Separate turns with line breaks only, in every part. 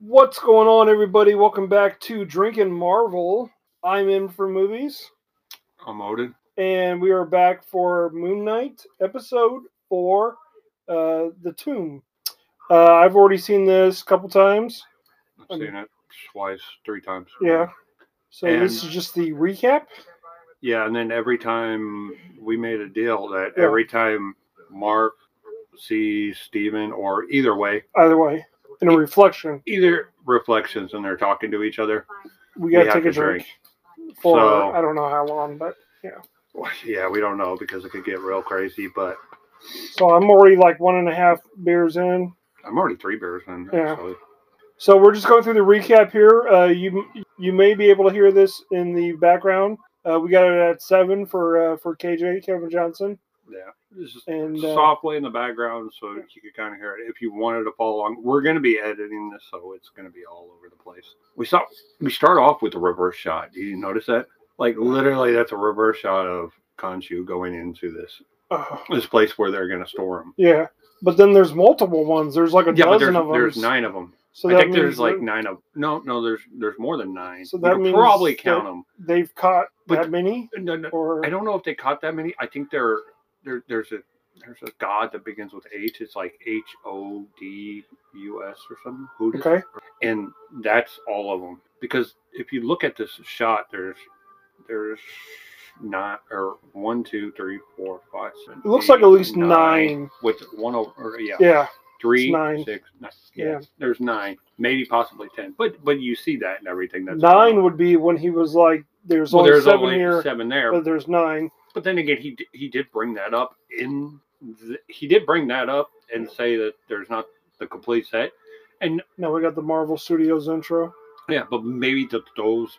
What's going on, everybody? Welcome back to Drinking Marvel. I'm in for movies,
I'm Odin.
and we are back for Moon Knight episode four, uh, The Tomb. Uh, I've already seen this a couple times.
I've
Okay.
seen it twice, three times.
Yeah. So this
And-
is just the recap.
Yeah, and then every time we made a deal that
Yeah.
every time Mark sees Steven or either way,
Either way, in a reflection,
either reflections and they're talking to each other.
we gotta
have
take a
to drink.
drink, for
So-
I don't know how long, but
Yeah, we don't know because it could get real crazy, but
so I'm already like one and a half beers in.
I'm already three beers in
Yeah.
actually.
So we're just going through the recap here. Uh, you you may be able to hear this in the background. Uh, we got it at seven for uh, for KJ Kevin Johnson,
Yeah. It's just
and uh,
softly in the background so you could kind of hear it if you wanted to follow along we're going to be editing this so it's going to be all over the place we saw we start off with a reverse shot do you notice that like literally that's a reverse shot of Khonshu going into this
oh,
this place where they're going to store him
yeah. But then there's multiple ones. There's like a
yeah but
dozen
there's,
of them.
there's nine of them
So
i
that
think
means
there's like
that
nine of no no there's there's more than nine
So
You
that
could
means
probably
that-
count them
they've caught
But-
that many,
no, no,
or
i don't know if they caught that many i think there there there's a there's a god that begins with H. It's like H O D U S or something. Who does
okay,
and that's all of them because if you look at this shot there's there's not or one two three four five seven
it looks like
eight,
at least
nine,
nine.
with one over or, yeah,
Yeah,
three
nine.
six, nine. Yeah,
Yeah.
there's nine maybe possibly ten but but you see that and everything that's going
nine
on.
would be when he was like, "There's
well,
only
there's
seven
only
here,
seven there
but there's nine.
but then again he d- he did bring that up in th- he did bring that up and say that there's not the complete set
Now we got the Marvel Studios intro.
Yeah, but maybe th those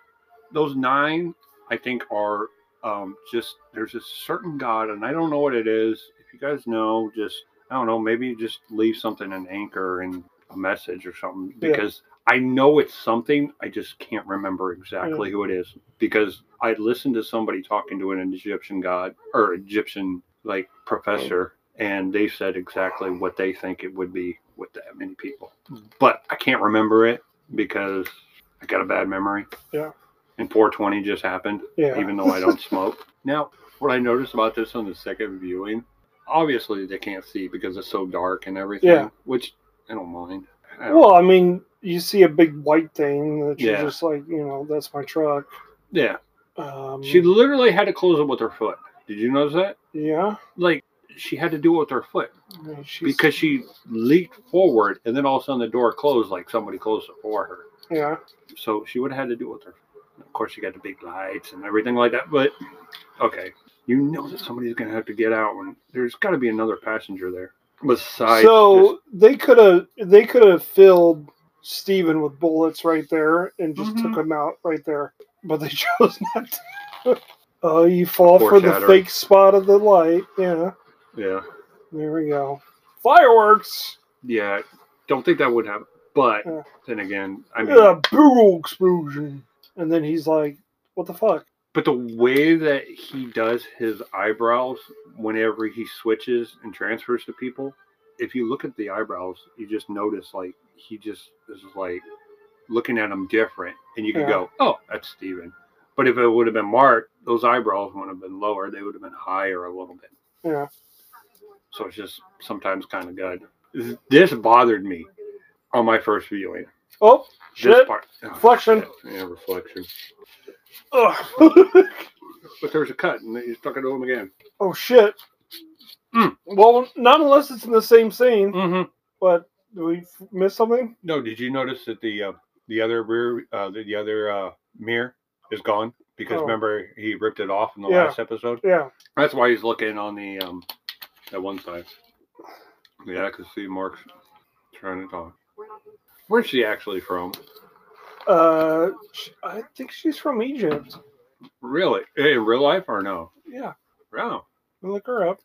those nine, I think, are um, just there's a certain God, and I don't know what it is. If you guys know, just I don't know, maybe just leave something an anchor and a message or something
Yeah.
because I know it's something. I just can't remember exactly who it is because I listened to somebody talking to an Egyptian god or Egyptian like professor, and they said exactly what they think it would be with that many people, but I can't remember it because I got a bad memory.
Yeah.
And 420 just happened,
Yeah,
even though I don't smoke. Now, what I noticed about this on the second viewing, obviously they can't see because it's so dark and everything,
Yeah.
which I don't mind. I don't-
Well, I mean, you see a big white thing that you're
Yeah.
just like, you know, that's my truck.
yeah.
Um,
She literally had to close it with her foot. Did you notice that?
yeah,
Like, she had to do it with her foot
I mean, she's,
because she leaped forward and then all of a sudden the door closed like somebody closed it for her.
yeah,
so she would have had to do it with her. Of course, you got the big lights and everything like that. But okay, you know that somebody's gonna have to get out, and there's got to be another passenger there besides.
so they could have they could have filled Steven with bullets right there and just took
Mhm.
him out right there, but they chose not to. Oh, you fall for the
Foreshadowing.
fake spot of the light. Yeah,
just- yeah,
there we go. Fireworks.
yeah. Don't think that would happen. But
Yeah.
then again, I
I
mean,
yeah, big ol' explosion. And then he's like, "What the fuck?"
but the way that he does his eyebrows whenever he switches and transfers to people, if you look at the eyebrows, you just notice like he just is like looking at him different, and you can
Yeah.
go, "Oh, that's Steven. But if it would have been Mark, those eyebrows wouldn't have been lower; they would have been higher a little bit.
Yeah.
So it's just sometimes kind of good. This bothered me on my first viewing.
Oh
This
shit!
part, oh,
Reflection.
shit. yeah, reflection.
Ugh.
But there's a cut, and you stuck it to him again.
Oh shit. Hmm.
Mm.
Well, not unless it's in the same scene.
Mm-hmm.
But do we f- miss something?
No, did you notice that the uh, the other rear uh, the, the other uh, mirror is gone because
Oh.
remember he ripped it off in the
Yeah.
last episode.
Yeah.
That's why he's looking on the um that one side. Yeah, I could see Mark's trying to talk. Where's she actually from?
Uh, sh- I think she's from Egypt.
Really, in real life or no?
Yeah,
No.
look her up.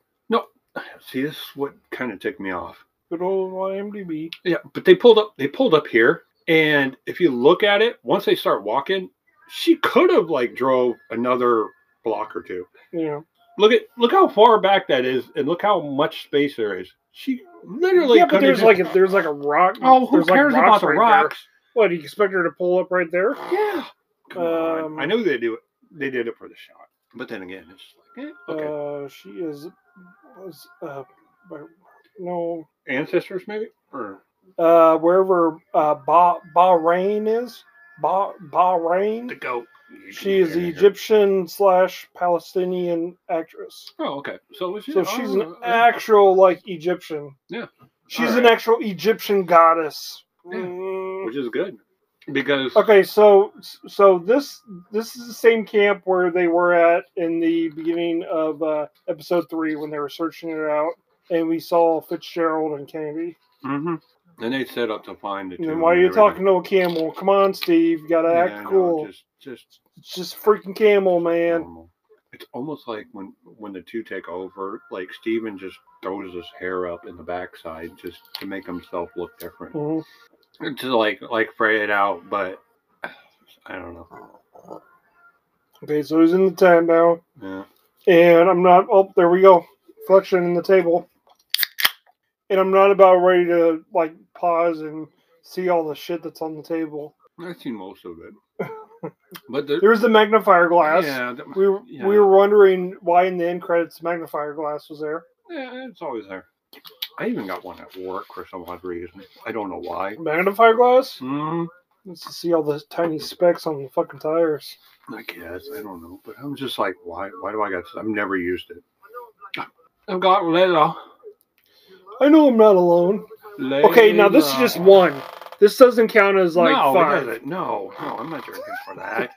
See, this is what kind of ticked me off.
Good old IMDb.
Yeah, but they pulled up. They pulled up here, and if you look at it, once they start walking, she could have like drove another block or two.
Yeah.
Look at look how far back that is, and look how much space there is. She literally.
yeah, but
could've
there's
just-
like a, there's like a rock.
oh, who
there's
cares
like
about the
right there.
rocks?
What do you expect her to pull up right there?
Yeah. Come
Um,
on. I know they do it. They did it for the shot. But then again, it's like, eh, okay.
Uh, she is was uh, by- no
Ancestors, maybe? Or
uh wherever uh ba- Bahrain is ba-
the
Bahrain.
goat. You
She
can-
is the Egyptian slash Palestinian actress.
Oh, okay. So, it's,
So she's
oh,
an
okay.
actual like Egyptian.
Yeah.
She's
All
an
right.
actual Egyptian goddess.
Yeah.
Mm.
Which is good. Because
Okay, so so this this is the same camp where they were at in the beginning of uh, episode three when they were searching it out, and we saw Fitzgerald and Kennedy.
hmm Then they set up to find the two.
And then why are you
everything.
talking to a camel? Come on, Steve, you gotta
Yeah, I
act
know,
cool.
Just, just
it's just freaking camel, man.
normal. It's almost like when when the two take over, like Steven just throws his hair up in the backside just to make himself look different,
Mhm.
to like like fray it out. But I don't know.
Okay, so he's in the tent now,
Yeah.
and I'm not. Oh, there we go, flexion in the table, and I'm not about ready to like pause and see all the shit that's on the table.
I've seen most of it, but the,
There's the magnifier glass.
yeah, the-
We were,
Yeah.
we were wondering why in the end credits magnifier glass was there.
yeah, it's always there. I even got one at work for some odd reason. I don't know why.
Magnifier glass?
Mm,
It's to see all the tiny specks on the fucking tires.
I guess I don't know, but I'm just like, why? Why do I got? I've never used it. I've got little.
I know I'm not alone. Okay, now this is just one. This doesn't count as like
no, It
five.
doesn't. No, no, I'm not drinking for that.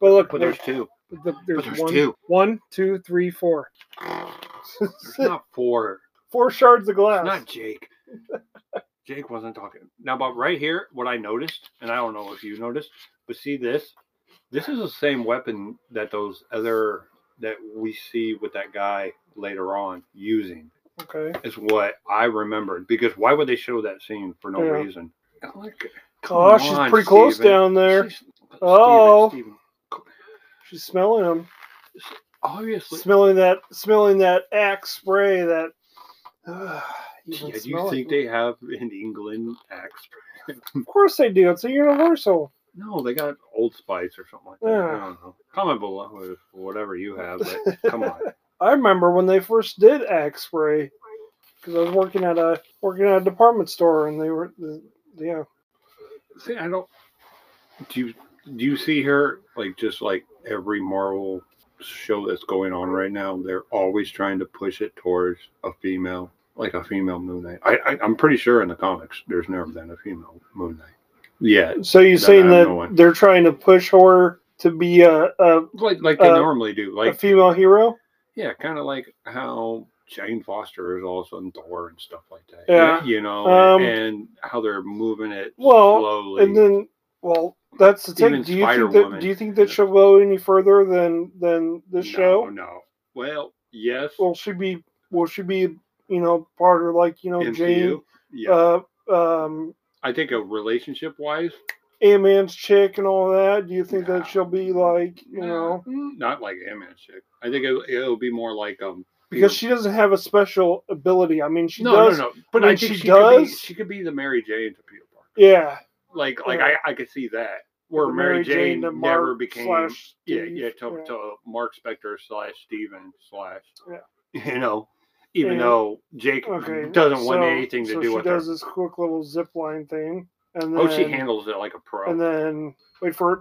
but look,
But there's two.
there's, the, there's,
but there's
one,
two.
one, two, three, four.
There's not four.
four shards of
It's
glass.
not Jake. Jake wasn't talking. Now, but right here, what I noticed, and I don't know if you noticed, but see this? This is the same weapon that those other that we see with that guy later on using.
okay.
Is what I remembered because why would they show that scene for no
Yeah.
reason? Like,
Oh, she's
on,
pretty close
Steven.
down there.
she's- Steven,
Oh.
Steven,
She's smelling him.
obviously,
Smelling that, smelling that axe spray. That. you
Yeah,
can
do
smell
you
it.
think they have in England axe?
Of course they do. It's a universal.
No, they got Old Spice or something like that.
Yeah.
I don't know. Comment below if whatever you have, but come on.
I remember when they first did axe spray because I was working at a working at a department store and they were the, yeah.
See, I don't. Do you do you see her like just like every Marvel show that's going on right now? They're always trying to push it towards a female, like a female Moon Knight. I, I I'm pretty sure in the comics there's never been a female Moon Knight. Yeah,
So you're
Then
saying
I don't
that
know why.
they're trying to push her to be a a,
like like they
Uh,
normally do.
a
Like
female hero?
Yeah, kind of like how Jane Foster is all of a sudden Thor and stuff like that.
Yeah.
You know,
Um,
and how they're moving it
Well,
slowly.
And then well, that's the thing.
Even
Do you think that
Spider-Woman.
do you think that she'll go any further than than
No,
this show?
No. Well, yes.
Will she be will she be you know part of like you know
MCU.
Jane
Yeah.
uh um
I think a relationship wise,
A Man's chick and all that? Do you think
No. Mm.
that she'll be like you know?
not like Ant-Man chick. I think it, it'll be more like um
because she doesn't have a special ability. I mean, she
no,
does.
no, no. But
I
I,
mean,
think
she
she, could be,
does.
she could be the Mary Jane to Peter Parker.
Yeah,
Like like
Yeah.
I, I could see that. Where
the
Mary, Jane,
to
never
Mark
became
slash
Yeah,
Steve,
yeah, to, to Mark Spector slash Steven slash,
Yeah.
you know, even
And-
though Jake
Okay,
doesn't want
so-
anything to
so
do
she
with her.
does this quick little zip line thing, and then
Oh, she handles it like a pro.
and then wait for it.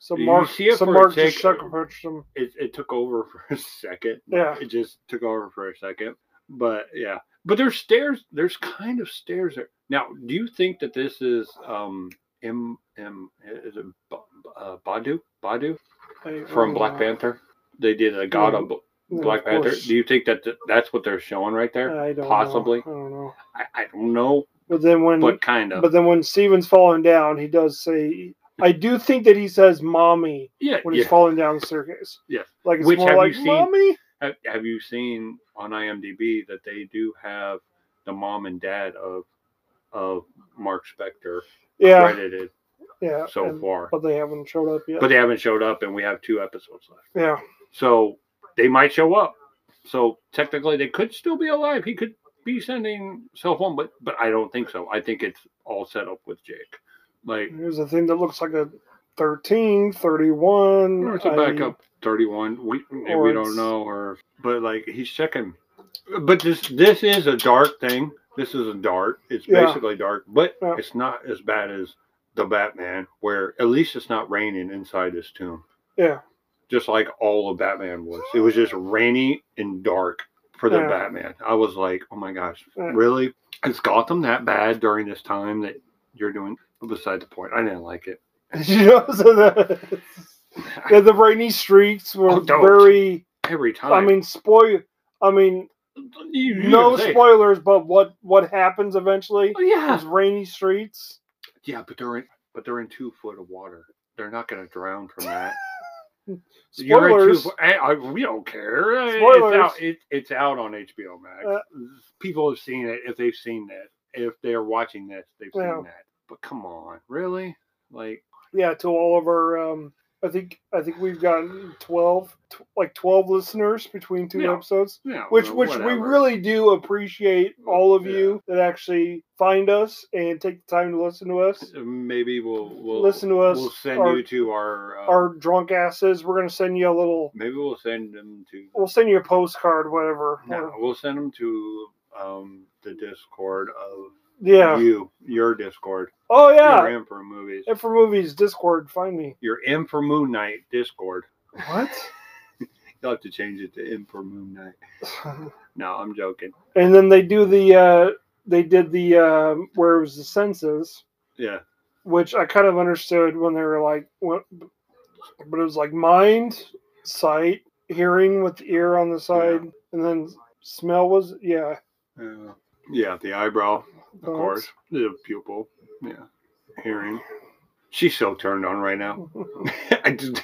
So
You
Mark,
see it
so
for a
Mark just
tick.
sucker punched him.
it, it took over for a second.
Yeah,
It just took over for a second. But yeah, but there's stairs. There's kind of stairs there. Now, do you think that this is um M M is it B- uh, Badu Badu
I-
uh, from
I-
Black Panther? They did a God of
Yeah,
Black
oh, Mm. of
Panther.
course.
Do you think that th- that's what they're showing right there?
I don't know.
possibly?
I don't know.
I, I don't know,
But then when
but kind of.
but then when Steven's falling down, he does say. I do think that he says "mommy"
yeah,
when
yeah.
he's falling down the staircase.
Yes.
like it's
Which
more
have you
like
seen-
"mommy."
Have, have you seen on IMDb that they do have the mom and dad of of Mark Spector
Yeah,
credited
yeah.
so
and-
far,
but they haven't showed up yet.
but they haven't showed up, and we have two episodes left,
yeah,
so they might show up. So technically, they could still be alive. He could be sending cell phone, but but I don't think so. I think it's all set up with Jake. Like
Here's a thing that looks like a 13, 31.
Or it's a
I-
backup 31. We
Or
we
it's-
don't know, or but like he's checking. But this this is a dart thing. This is a dart. It's
Yeah.
basically dark, but
Yeah.
it's not as bad as the Batman, where at least it's not raining inside this tomb.
Yeah.
Just like all of Batman was. It was just rainy and dark for the
Yeah.
Batman. I was like, oh my gosh,
Yeah.
really? It's Gotham that bad during this time that you're doing? But beside the point, I didn't like it.
you know, so the, yeah, the rainy streets were
Oh, don't.
very.
Every time.
I mean, spoil. I mean,
You- you
no
say-
spoilers, but what what happens eventually
Oh, yeah.
is rainy streets.
Yeah, but they're in but they're in two foot of water. They're not gonna drown from that. You're in two
Spoilers.
fo- I, I, we don't care. Eh, It's
Spoilers.
out, it, it's out on HBO Max.
Uh,
People have seen it if they've seen that. If they're watching this, they've seen
Yeah.
that. But come on, really? Like
yeah to all of our um i think i think we've gotten 12 tw- like 12 listeners between two
Yeah.
episodes
yeah,
which
well,
which we
whatever.
really do appreciate all of
Yeah.
you that actually find us and take the time to listen to us
Uh, maybe we'll we'll
Listen to us,
We'll send
our-
you to our, uh,
our drunk asses we're gonna send you a little
maybe we'll send them to
we'll send you a postcard whatever
no,
Or-
we'll send them to um the Discord of
yeah
you your Discord.
oh
You're
yeah
in for movies.
and for movies discord find me
You're in for Moon Knight Discord.
what
You'll have to change it to in for Moon Knight. No, I'm joking.
and then they do the uh they did the uh where it was the senses
Yeah.
which I kind of understood when they were like, what, but it was like mind, sight, hearing with the ear on the side, and then smell was yeah.
Uh, yeah, the eyebrow, of
thoughts.
course. The pupil. Yeah. Hearing. She's so turned on right now. I just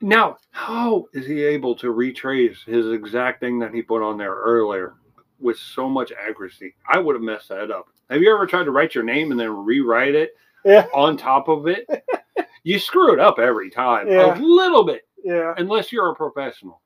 Now, how is he able to retrace his exact thing that he put on there earlier with so much accuracy? I would have messed that up. Have you ever tried to write your name and then rewrite it
Yeah.
on top of it? you screw it up every time,
Yeah.
a little bit,
Yeah,
unless you're a professional,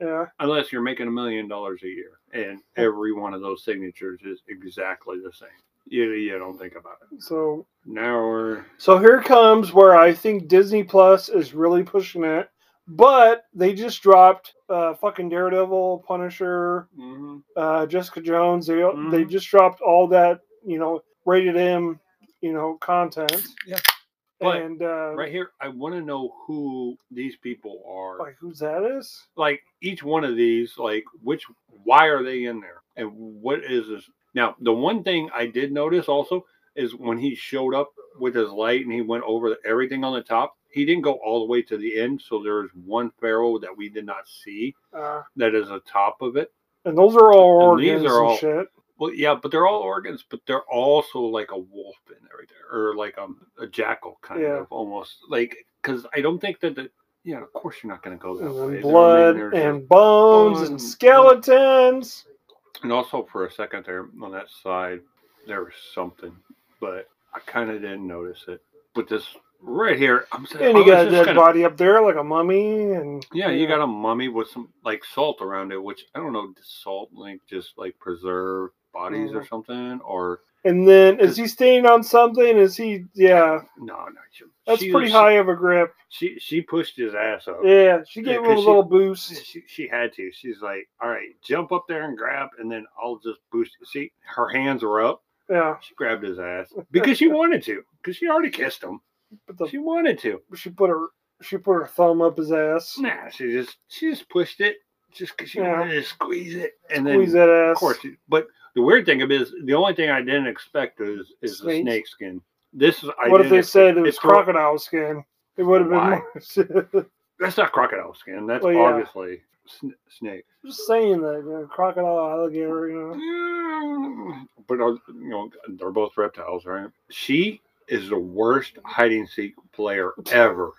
yeah,
unless you're making a million dollars a year and every one of those signatures is exactly the same. You, you don't think about it.
so
Now we're.
so here comes where I think Disney Plus is really pushing it, but they just dropped uh, fucking Daredevil, Punisher,
mhm.
uh, Jessica Jones. They they
Mhm.
just dropped all that you know rated M you know content.
Yeah. But-
and uh,
right here i want to know who these people are
like who's that is.
like each one of these like which why are they in there and what is this now the one thing i did notice also is when he showed up with his light and he went over everything on the top he didn't go all the way to the end so there's one pharaoh that we did not see
Uh,
that is atop of it
And those are all
And these
organs and,
are all-
shit.
well yeah but they're all organs but they're also like a wolf in there right there, or like um, a jackal kind
Yeah.
of almost like because i don't think that the yeah of course you're not going to go that
And
way
then
There- I mean,
blood
there's a-
and bones and
bones.
skeletons.
and also for a second there on that side there was something but i kind of didn't notice it but this right here i'm saying
And you
I was
got a
just
dead
gonna-
body up there like a mummy and
yeah, you got a mummy with some like salt around it, which I don't know, does salt like just like preserve bodies or
Mhm.
something, or
and then is he standing on something? Is he yeah.
no, no, she-
That's
she
pretty
was-
high of a grip.
She she pushed his ass up.
Yeah, she gave
Yeah,
him a
'cause she-
little boost.
She, she had to. She's like, all right, jump up there and grab, and then I'll just boost. it." See, her hands were up.
Yeah.
She grabbed his ass because she wanted to. Because she already kissed him.
But the,
She wanted to.
she put her she put her thumb up his ass.
Nah, she just she just pushed it just because she
Yeah.
wanted to squeeze it, and then
Squeeze Oh, that ass.
of course. she- But the weird thing of it is, the only thing I didn't expect is is the
Snakes.
snake skin. This is I
what if
didn't
they said it
expect-
was
it's cro-
crocodile skin? It would have been
Why?
more
That's not crocodile skin. That's
Well, yeah.
obviously sn- snake.
just saying that you know, crocodile alligator, you know.
But are, you know, they're both reptiles, right? She is the worst hide and seek player ever.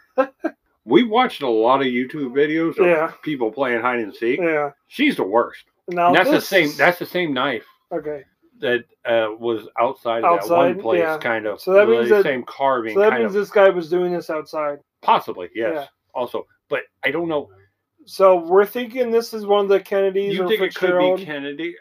we watched a lot of YouTube videos of
Yeah.
people playing hide and seek.
Yeah.
She's the worst.
Now
And that's the
this
same.
is-
That's the same knife
okay.
that uh, was outside of that
Outside,
one place,
yeah.
kind of.
So that means
the
that-
same carving,
So that
kind
means
of,
this guy was doing this outside.
possibly. Yes.
Yeah.
Also, but I don't know.
So we're thinking this is one of the Kennedys
you
or
think it could
Fitzgerald.
be Kennedy?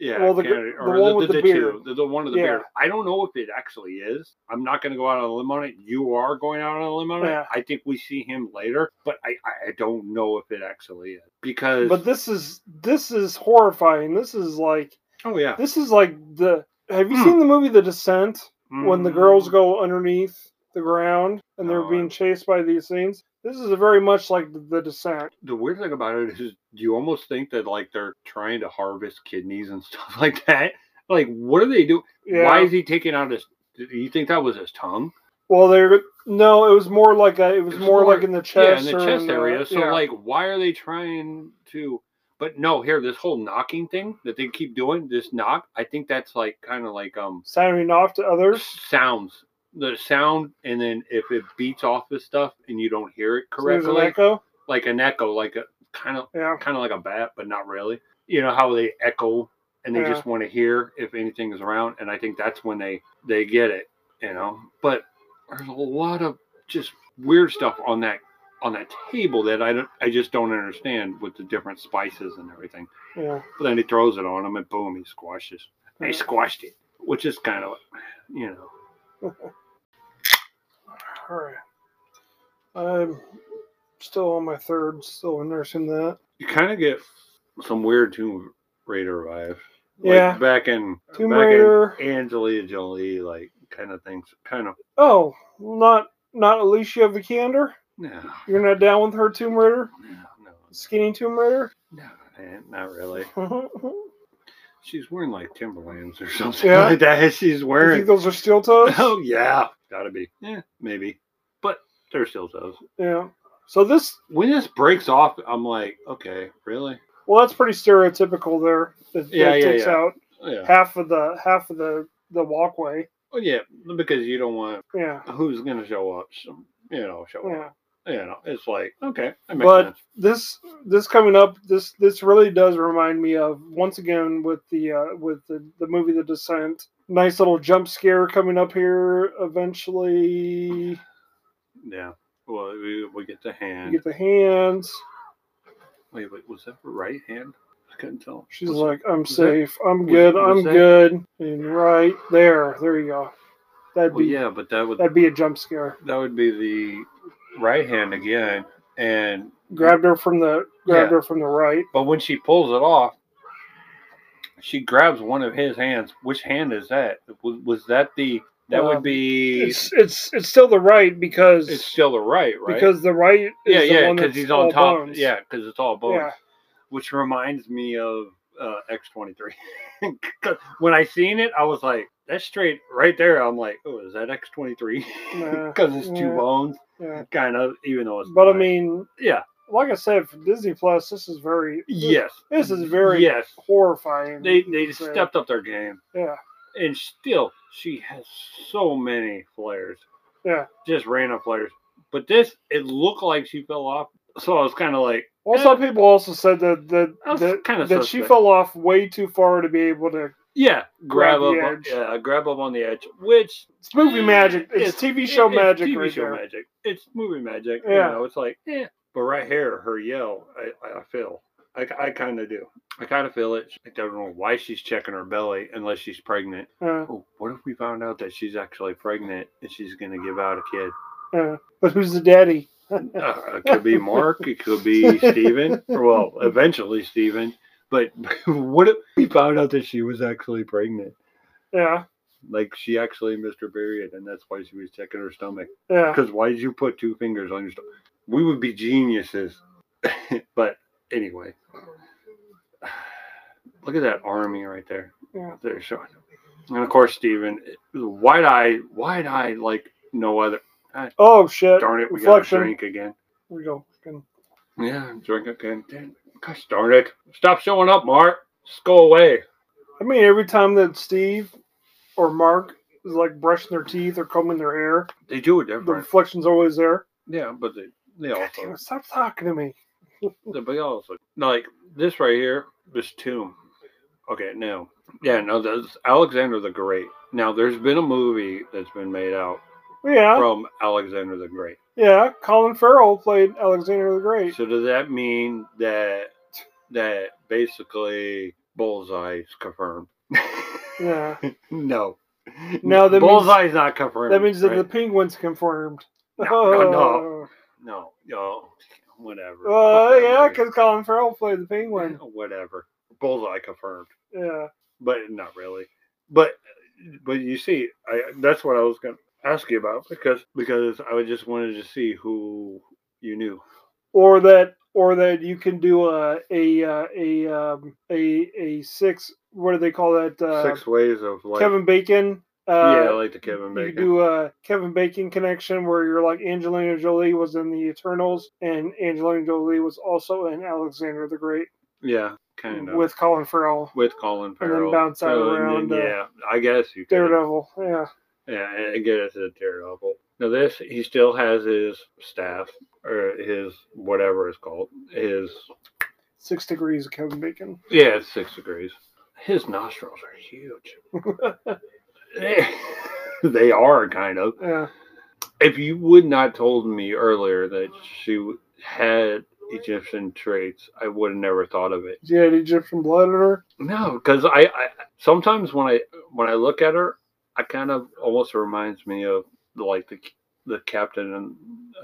Yeah,
Well, the gr-
Kennedy-
the
or
one with the beard.
two, the, the one with the
Yeah.
beard. I don't know if it actually is. I'm not going to go out on a limb on it. You are going out on a limb on
Yeah.
it. I think we see him later, but I, I I don't know if it actually is because.
But this is this is horrifying. This is like
oh yeah,
this is like the. Have you
Hmm.
seen the movie The Descent? when the girls
Mm.
go underneath the ground and they're
Oh,
being
I-
chased by these things. This is very much like the, the descent.
The weird thing about it is, you almost think that like they're trying to harvest kidneys and stuff like that. Like, what are they doing?
Yeah.
Why is he taking out his? Do you think that was his tongue?
Well, they're no. It was more like a. It was
It's
more, like in the chest.
yeah, in
or
the chest area. So
yeah.
like, why are they trying to? But no, here this whole knocking thing that they keep doing, this knock. I think that's like kind of like um
sounding off to others.
sounds, the sound, and then if it beats off the stuff and you don't hear it
So there's an
correctly,
echo.
like an echo, like a kind of
Yeah.
kind of like a bat, but not really. You know how they echo and they
Yeah.
just want to hear if anything is around, and I think that's when they they get it. You know, but there's a lot of just weird stuff on that on that table that I don't I just don't understand with the different spices and everything.
Yeah.
But then he throws it on him, and boom, he squashes. He
Yeah.
squashed it, which is kind of you know.
All right. I'm still on my third. Still nursing that.
You kind of get some weird Tomb Raider vibes.
Yeah.
Like back in
Tomb
back in
Raider.
Angelina Jolie, like kind of things, kind of.
Oh, not not Alicia Vikander.
No,
You're not down with her Tomb Raider,
no, no,
skinny Tomb Raider.
no, man, not really.
you
She's wearing like Timberlands or something
Yeah.
like that. She's
think
wearing.
those are steel toes?
Oh yeah, gotta be. Yeah, maybe. But they're still toes.
Yeah. So this,
When this breaks off, I'm like, okay, really?
well, that's pretty stereotypical there. That, that
Yeah, yeah,
takes
yeah.
out
Oh, yeah.
half of the half of the the walkway.
Oh yeah, because you don't want
Yeah.
who's gonna show up. Some, you know, show up.
Yeah.
You know, it's like okay, that makes
But
sense.
this this coming up, this this really does remind me of once again with the uh, with the, the movie The Descent. Nice little jump scare coming up here. Eventually,
Yeah. Well, we, we get the
you
hand.
get the hands.
Wait, wait, was that her right hand? I couldn't tell.
She's
Was-
like, I'm
that-
safe. I'm
was-
good.
was
I'm
that-
good. And right there, there you go. That'd
well,
be
yeah, but that would
that'd be a jump scare.
that would be the right hand again. And
grabbed her from the grabbed
Yeah.
her from the right.
but when she pulls it off, she grabs one of his hands. Which hand is that? Was, was that the that
Um,
would be? It's,
It's it's it's still the right because
still the right, right?
because the right is
yeah,
the
yeah,
one
because
that's
he's on
all
top.
bones.
Yeah, because it's all bones.
yeah
Which reminds me of uh, X twenty three. When I seen it, I was like, "That's straight right there." I'm like, "Oh, is that X twenty three?
Nah,
Because it's two
yeah.
bones."
yeah.
kind of, even though it's.
But I
not.
mean,
yeah,
like I said, for Disney Plus, this is very
yes,
This is very
yes.
horrifying.
They they just
Yeah.
stepped up their game,
yeah
and still she has so many flares.
Yeah.
just random flares. But this, it looked like she fell off, so I was kind of like,
well,
Eh.
some people also said that that
That's
that,
kinda
that she
suspect.
fell off way too far to be able to.
yeah,
Grab
grab,
the
up, on-
edge.
yeah, grab up on the edge, which
It's movie magic. It's, TV show
it- it's
magic
TV
right
show
there.
magic. It's movie magic.
Yeah.
You know, it's like, eh. But right here, her yell, I, I I feel. I, I kind of do. I kind of feel it. I don't know why she's checking her belly unless she's pregnant.
Yeah,
Oh, what if we found out that she's actually pregnant and she's going to give out a kid?
yeah. But who's the daddy?
Uh, it could be Mark. It could be Steven. Well, eventually Steven. But what if we found out that she was actually pregnant?
Yeah,
Like she actually missed her period and that's why she was checking her stomach.
yeah.
Because why did you put two fingers on your stomach? We would be geniuses. but anyway, look at that army right there.
Yeah.
They're showing. And of course, Steven, wide eye, wide eye, like no other.
Oh shit!
Darn it, we got to
Reflection.
drink again.
Here we go. Fucking-
Yeah, drink again. Damn, Gosh darn it. Stop showing up, Mark. Just go away.
I mean, every time that Steve or Mark is like brushing their teeth or combing their hair,
They do it
the
different.
reflection's always there.
Yeah, but they, they
God damn
also,
it, stop talking to me.
they also, like this right here, this tomb. Okay, no. Yeah, no, that's Alexander the Great. Now, there's been a movie that's been made out
Yeah,
from Alexander the Great.
yeah. Colin Farrell played Alexander the Great.
So does that mean that that basically Bullseye's confirmed.
Yeah.
no.
No, that means-
Bullseye's not confirmed.
That means that
right?
the penguin's confirmed.
no, no.
Oh.
No, no, whatever.
Well, yeah,
Whatever.
because Colin Farrell played the penguin.
whatever. Bullseye confirmed,
Yeah.
but not really. But but you see, I that's what I was gonna ask you about because because I just wanted to see who you knew.
Or that, or that you can do a a uh, a um, a a six. What do they call that? Uh,
Six ways of like
Kevin Bacon.
yeah,
Uh,
like the Kevin
You
Bacon.
do a Kevin Bacon connection where you're like Angelina Jolie was in the Eternals, and Angelina Jolie was also in Alexander the Great
yeah, kind of
with Colin Farrell,
with Colin
then
Farrell.
bounce out
So,
around,
and then,
uh,
yeah, I guess you could.
Daredevil. Yeah.
Yeah, I get it to the Daredevil. Now this, he still has his staff or his whatever it's called. His
Six degrees of Kevin Bacon.
yeah, it's six degrees. His nostrils are huge. they are kind of.
Yeah.
If you would not told me earlier that she had Egyptian traits, I would have never thought of it.
She had Egyptian blood in her.
No, because I, I sometimes when I when I look at her, I kind of almost reminds me of like the the captain and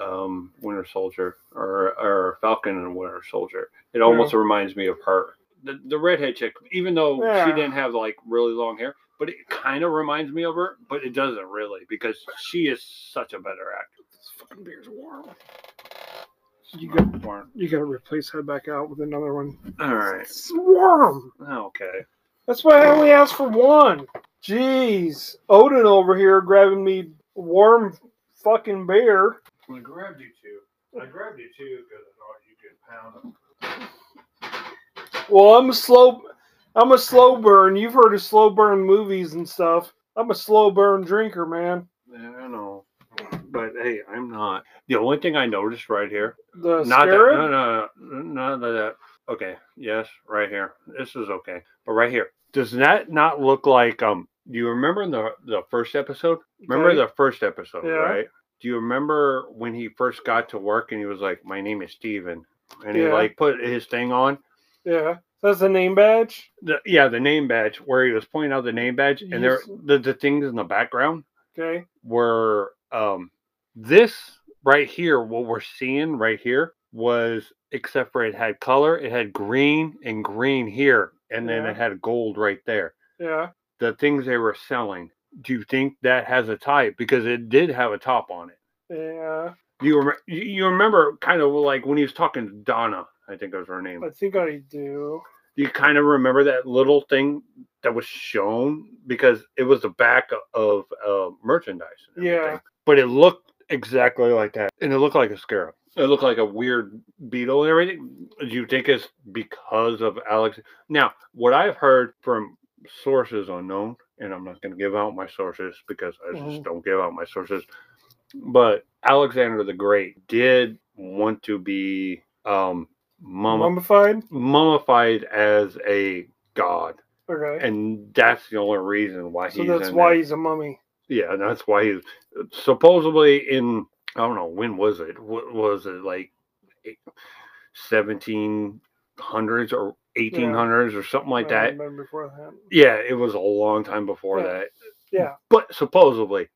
um, Winter Soldier or or Falcon and Winter Soldier. It
Mm-hmm.
almost reminds me of her, the the redhead chick. Even though she
Yeah.
didn't have like really long hair, but it kind of reminds me of her. But it doesn't really because she is such a better actor. This fucking beer's warm.
You got
Warm.
you got to replace that back out with another one.
All right.
It's warm.
Okay.
That's why I only asked for one. Jeez, Odin over here grabbing me warm fucking beer.
I grabbed you two. I grabbed you two because I thought you could pound them.
Well, I'm a slow, I'm a slow burn. You've heard of slow burn movies and stuff. I'm a slow burn drinker, man.
I don't know. But hey, I'm not. The only thing I noticed right here,
The
not that,
scarab?
no, no, no, not that. Okay, yes, right here. This is okay. But right here, does that not look like um? Do you remember in the the first episode? Remember
Okay.
the first episode,
Yeah.
right? Do you remember when he first got to work and he was like, "My name is Steven. and he
Yeah.
like put his thing on?
Yeah, that's the name badge.
The, yeah, the name badge where he was pointing out the name badge, and there
Yes.
the, the things in the background
Okay.
were um this right here what we're seeing right here was except for it had color it had green and green here and then
Yeah.
it had gold right there
Yeah.
the things they were selling do you think that has a type because it did have a top on it
Yeah.
you remember you remember kind of like when he was talking to donna i think was her name
I think I do.
you kind of remember that little thing that was shown because it was the back of uh, merchandise. and
Yeah.
everything. But it looked exactly like that. And it looked like a scarab. It looked like a weird beetle and everything. Do you think it's because of Alex? Now, what I've heard from sources unknown, and I'm not going to give out my sources because I just
Mhm.
don't give out my sources, but Alexander the Great did want to be um, mummified
Mummified.
mummified as a god,
Okay.
and that's the only reason why
so
he's.
that's
in
why
there.
he's a mummy.
Yeah, and that's why he's supposedly in. I don't know when was it. What was it like? Seventeen hundreds or eighteen hundreds or something like
I
that.
remember before that.
Yeah, it was a long time before
Yeah.
that.
Yeah.
But supposedly,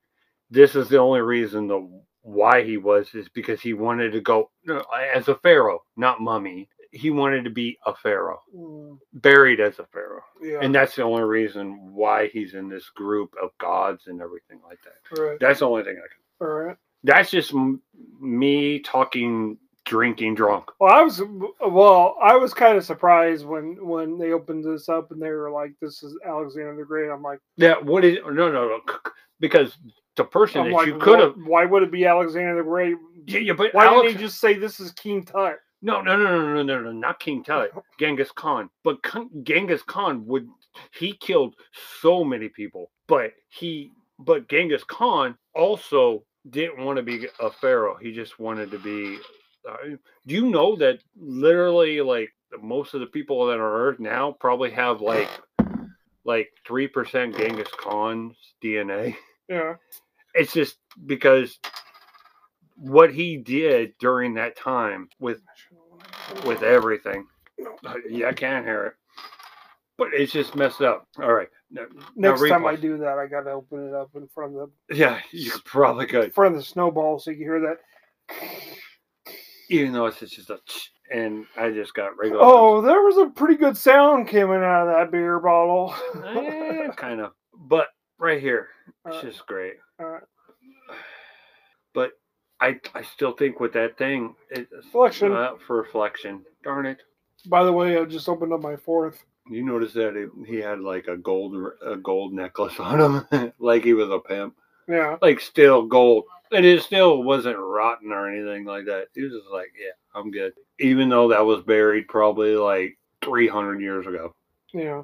this is the only reason the why he was is because he wanted to go no, as a pharaoh, not mummy. He wanted to be a pharaoh
Mm,
buried as a pharaoh
yeah.
and that's the only reason why he's in this group of gods and everything like that
right.
that's the only thing i can
All right.
that's just m- me talking drinking drunk
Well, I was well, I was kind of surprised when when they opened this up and they were like, "This is Alexander the Great." I'm like,
that what is no no no c- c- because the person
I'm
that
like,
you could have
"What- Why would it be Alexander the Great?
yeah, yeah, but
Why
Alex,
didn't he just say this is King Tut?
no, no, no, no, no, no, no, not King Tut, Genghis Khan. But Khan- Genghis Khan would he killed so many people, but he, but Genghis Khan also didn't want to be a pharaoh. He just wanted to be. Uh, do you know that literally, like most of the people that are Earth now probably have like, like three percent Genghis Khan's DNA
Yeah,
it's just because what he did during that time with with everything. Uh, Yeah, I can't hear it. but it's just messed up. All right. Now, now
Next time I
replay.
do that, I gotta open it up in front of
Yeah, you probably
the
could.
in front of the snowball so you can hear that.
Even though it's just a ch- and I just got regular.
Oh, there was a pretty good sound coming out of that beer bottle.
Eh, kind of. But right here, it's
Uh,
just great.
uh.
But I I still think with that thing, it's
Flexion.
not for flexion. Darn it.
By the way, I just opened up my fourth.
You notice that it, he had like a gold a gold necklace on him, like he was a pimp,
Yeah.
like still gold, and it still wasn't rotten or anything like that. He was just like, yeah, I'm good, even though that was buried probably like 300 years ago.
Yeah.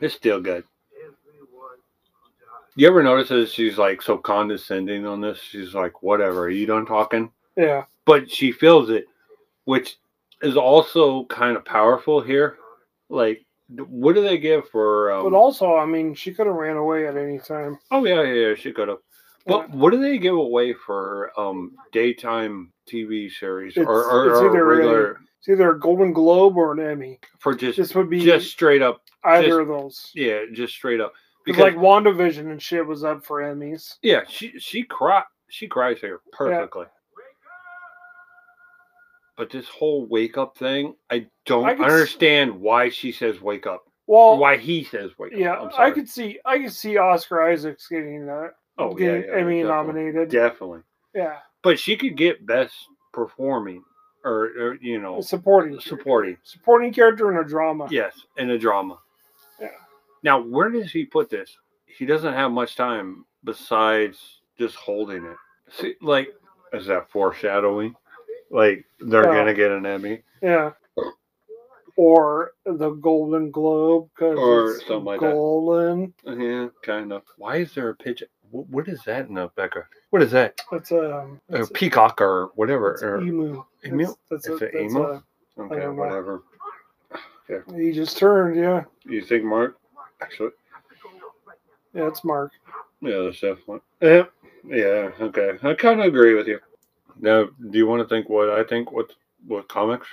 It's still good. You ever notice that she's like so condescending on this? She's like, whatever, you done talking?
Yeah.
But she feels it, which is also kind of powerful here. Like, th- what do they give for? Um,
But also, I mean, she could have ran away at any time.
oh yeah, yeah, yeah, she could have. But what do they give away for um daytime TV series
It's-
or, or,
it's
or
either a-
regular
It's either a Golden Globe or an Emmy.
for just
This would be
just straight up?
either
just-
of those.
Yeah, just straight up.
Because like WandaVision and shit was up for Emmys.
Yeah, she she cry she cries here perfectly. But this whole wake up thing, I don't
I could s-
understand why she says wake up.
Well,
why he says wake
yeah,
up. I'm sorry.
I could see, I could see Oscar Isaacs getting that,
Oh, yeah,
getting
yeah,
Emmy
definitely.
nominated.
definitely.
Yeah,
But she could get best performing or, or you know
supporting,
supporting.
supporting character in a drama.
Yes, in a drama.
Yeah.
Now, where does he put this? He doesn't have much time besides just holding it. See, like, is that foreshadowing? Like, they're
No.
gonna get an Emmy.
Yeah. Or the Golden Globe because
Or
it's
something like that.
golden.
Yeah, kind of. Why is there a pigeon? What, what is that in the background? What is that?
That's a,
A
that's,
peacock or whatever?
that's
or,
emu.
emu?
That's, that's
It's
a,
a
that's
emu?
a-
okay,
don't know.
whatever.
he just turned. Yeah,
You think Mark? Actually,
yeah, it's Mark.
yeah, that's definitely. Yeah, yeah. Okay, I kind of agree with you. Now, do you want to think what I think? What what comics?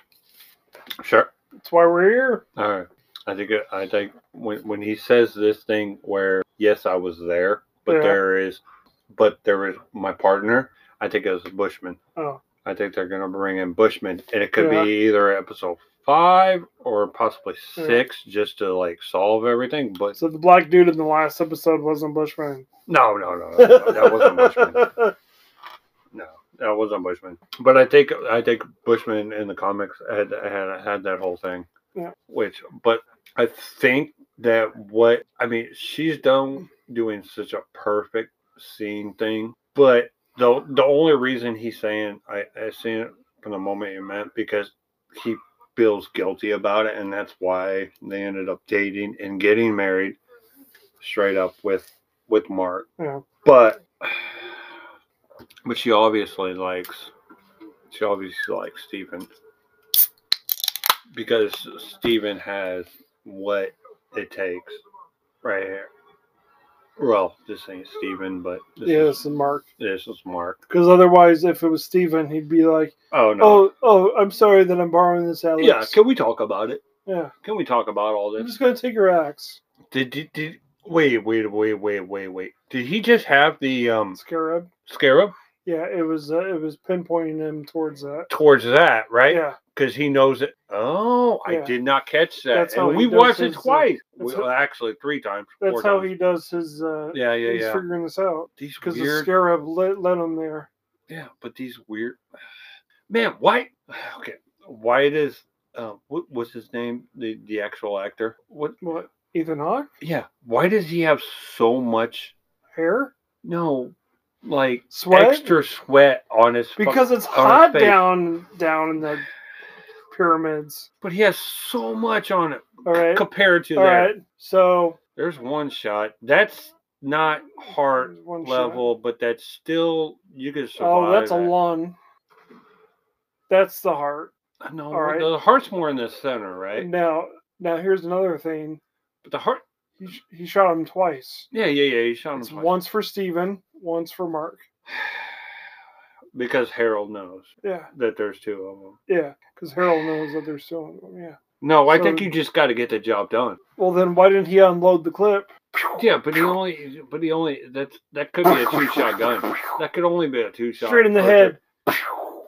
Sure.
That's why we're here.
All right. I think it- I think when when he says this thing where yes I was there, but
Yeah.
there is, but there is my partner. I think it was Bushman.
Oh.
I think they're gonna bring in Bushman, and it could
Yeah.
be either episode five or possibly
Yeah.
six, just to like solve everything. But
So the black dude in the last episode wasn't Bushman.
no, no, no, no, no that wasn't Bushman. No, that wasn't Bushman. But I think I think Bushman in the comics had had had that whole thing.
Yeah.
Which, but I think that what I mean, she's done doing such a perfect scene thing. But the the only reason he's saying I I seen it from the moment you met because he feels guilty about it, and that's why they ended up dating and getting married straight up with with Mark
yeah,
but but she obviously likes she obviously likes Steven because Steven has what it takes right here. Well, this ain't Steven, but this
yeah,
is
this is Mark.
this is Mark.
Because otherwise, if it was Steven, he'd be like,
Oh no.
"Oh, oh, I'm sorry that I'm borrowing this Alex.
yeah, can we talk about it?
yeah.
Can we talk about all
I'm
this?
just gonna take your axe,
Mm-hmm. Did did, did wait, wait, wait, wait, wait, wait. Did he just have the um
Scarab."
scarab
Yeah, it was uh, it was pinpointing him towards that.
towards that, right?
Yeah,
because he knows it. Oh,
Yeah.
I did not catch that.
That's how
and
he
we
does
watched it
his, uh,
twice.
that's
We-
how-
well, actually, three times.
that's
four
how
times.
he does his. uh
Yeah, yeah,
He's
yeah.
figuring this out
These
because the
weird.
scarab let, led him there.
yeah, but these weird. Man, why? Okay, why does uh, what was his name? The the actual actor. What?
What? Ethan Hawke
Yeah. Why does he have so much?
hair
No, like
sweat
extra sweat on his. fuck-
because it's
on his
hot
face.
down down in the pyramids.
But he has so much on it
All right, all
compared to
right.
that.
So
There's one shot. That's not hard
one shot.
level, but that's still you can survive.
Oh, that's a
that.
lung. That's the heart.
No,
all right. Mm.
the heart's more in the center, right?
Now, now here's another thing.
But the heart,
He, sh- he shot him twice.
yeah, yeah, yeah. You shot him
It's
twice.
once for Steven, once for Mark.
because Harold knows
Yeah,
that there's two of them.
yeah, because Harold knows that there's still Yeah,
No, I
So-
think you just got to get the job done.
Well, then why didn't he unload the clip?
Yeah, but he only, but he only that's that could be a two shot gun. That could only be a two shot.
Straight in the
or
head.
th-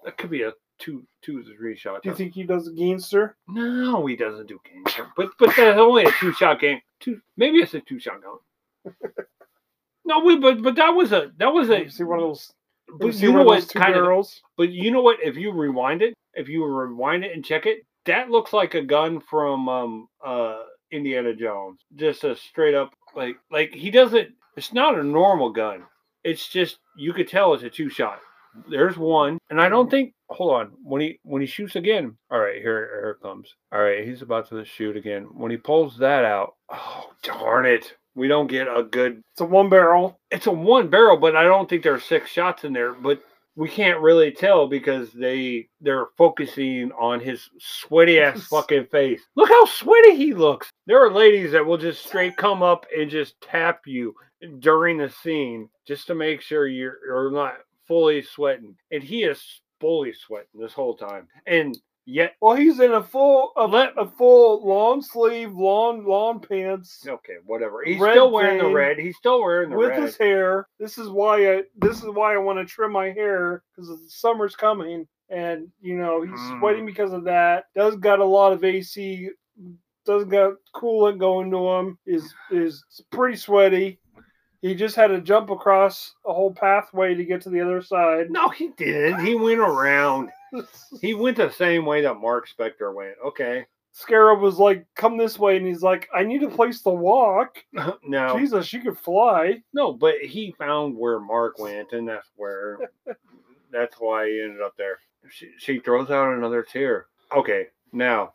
That could be a two, two to three shot.
Do you
gun.
think he does a Geenster?
No, he doesn't do gangster. But but that's only a two shot game. Two maybe it's a two shot gun. No, we but but that was a that was a
You see one of those. You
but
see
you know
one of
what
those two
kind of
barrels.
but you know what if you rewind it if you rewind it and check it that looks like a gun from um uh Indiana Jones just a straight up like like he doesn't it's not a normal gun it's just you could tell it's a two shot there's one and I don't think hold on when he when he shoots again all right here here it comes all right he's about to shoot again when he pulls that out oh darn it we don't get a good
It's a one barrel.
it's a one barrel, but I don't think there are six shots in there. But we can't really tell because they they're focusing on his sweaty ass fucking face. Look how sweaty he looks. There are ladies that will just straight come up and just tap you during the scene just to make sure you're, you're not fully sweating, and he is fully sweating this whole time. And yet,
Well, he's in a full a,
Let-
a full long sleeve, long long pants
okay, whatever. He's
Red
still wearing the
vein
red. He's still wearing the
with
red.
his hair. This is why I this is why I want to trim my hair because summer's coming, and you know he's
Mm.
sweating because of that. Does got a lot of AC. Does got coolant going to him. Is is pretty sweaty. He just had to jump across a whole pathway to get to the other side.
no, he didn't. He went around. He went the same way that Mark Spector went. Okay.
Scarab was like, "Come this way," and he's like, "I need a place to walk."
No.
Jesus, she could fly.
No, but he found where Mark went, and that's where. that's why he ended up there. She, she throws out another tear. Okay. Now,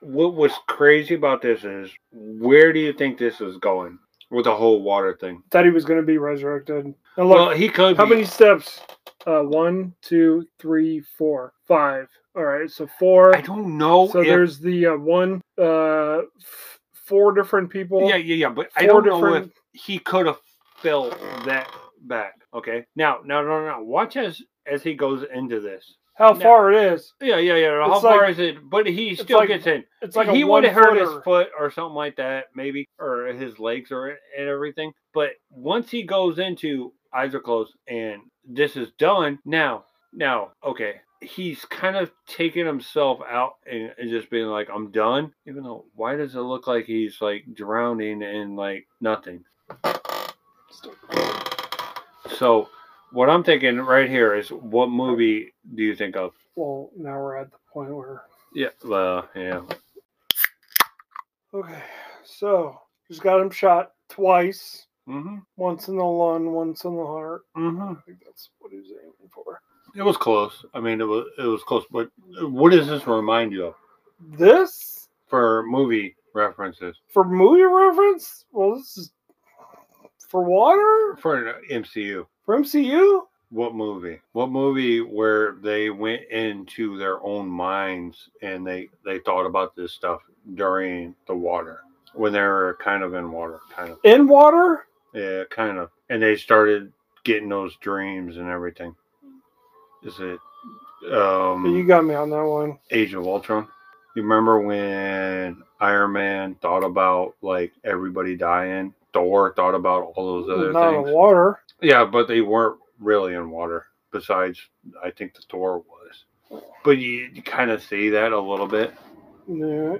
what was crazy about this is where do you think this is going with the whole water thing?
Thought he was going to be resurrected. And look,
Well, he could.
How
be-
many steps? Uh, one, two, three, four, five. All right, so four.
I don't know.
So
if-
there's the uh, one, uh, f- four different people.
Yeah, yeah, yeah. But I
four
don't know if he could have filled that back. Okay. Now, now, no, no. Watch as as he goes into this.
How
No.
far it is?
Yeah, yeah, yeah. How
It's
far
like-
is it? But he
it's
still
like-
gets in.
It's like
he
a
would
one
have hurt his
footer.
foot or something like that, maybe, or his legs or and everything. But once he goes into eyes are closed and this is done, now, now, okay, he's kind of taking himself out and, and just being like, I'm done. Even though, why does it look like he's like drowning and like nothing? So, what I'm thinking right here is, what movie do you think of?
Well, now we're at the point where.
Yeah, well, yeah.
Okay, so he's got him shot twice.
hmm
Once in the lung, once in the heart.
hmm
I think that's what he was aiming for.
It was close. I mean, it was it was close. But what does this remind you of
This
for movie references
for movie reference? Well, this is for water
for an MCU?
for MCU.
What movie? What movie where they went into their own minds and they they thought about this stuff during the water when they were kind of in water, kind of,
in water.
yeah, kind of, and they started getting those dreams and everything. Is it um,
You got me on that one.
Age of Ultron. You remember when Iron Man thought about like everybody dying? Thor thought about all those other
Not
things.
in water.
yeah, but they weren't really in water. Besides, I think the Thor was. But you, you kind of see that a little bit.
Yeah.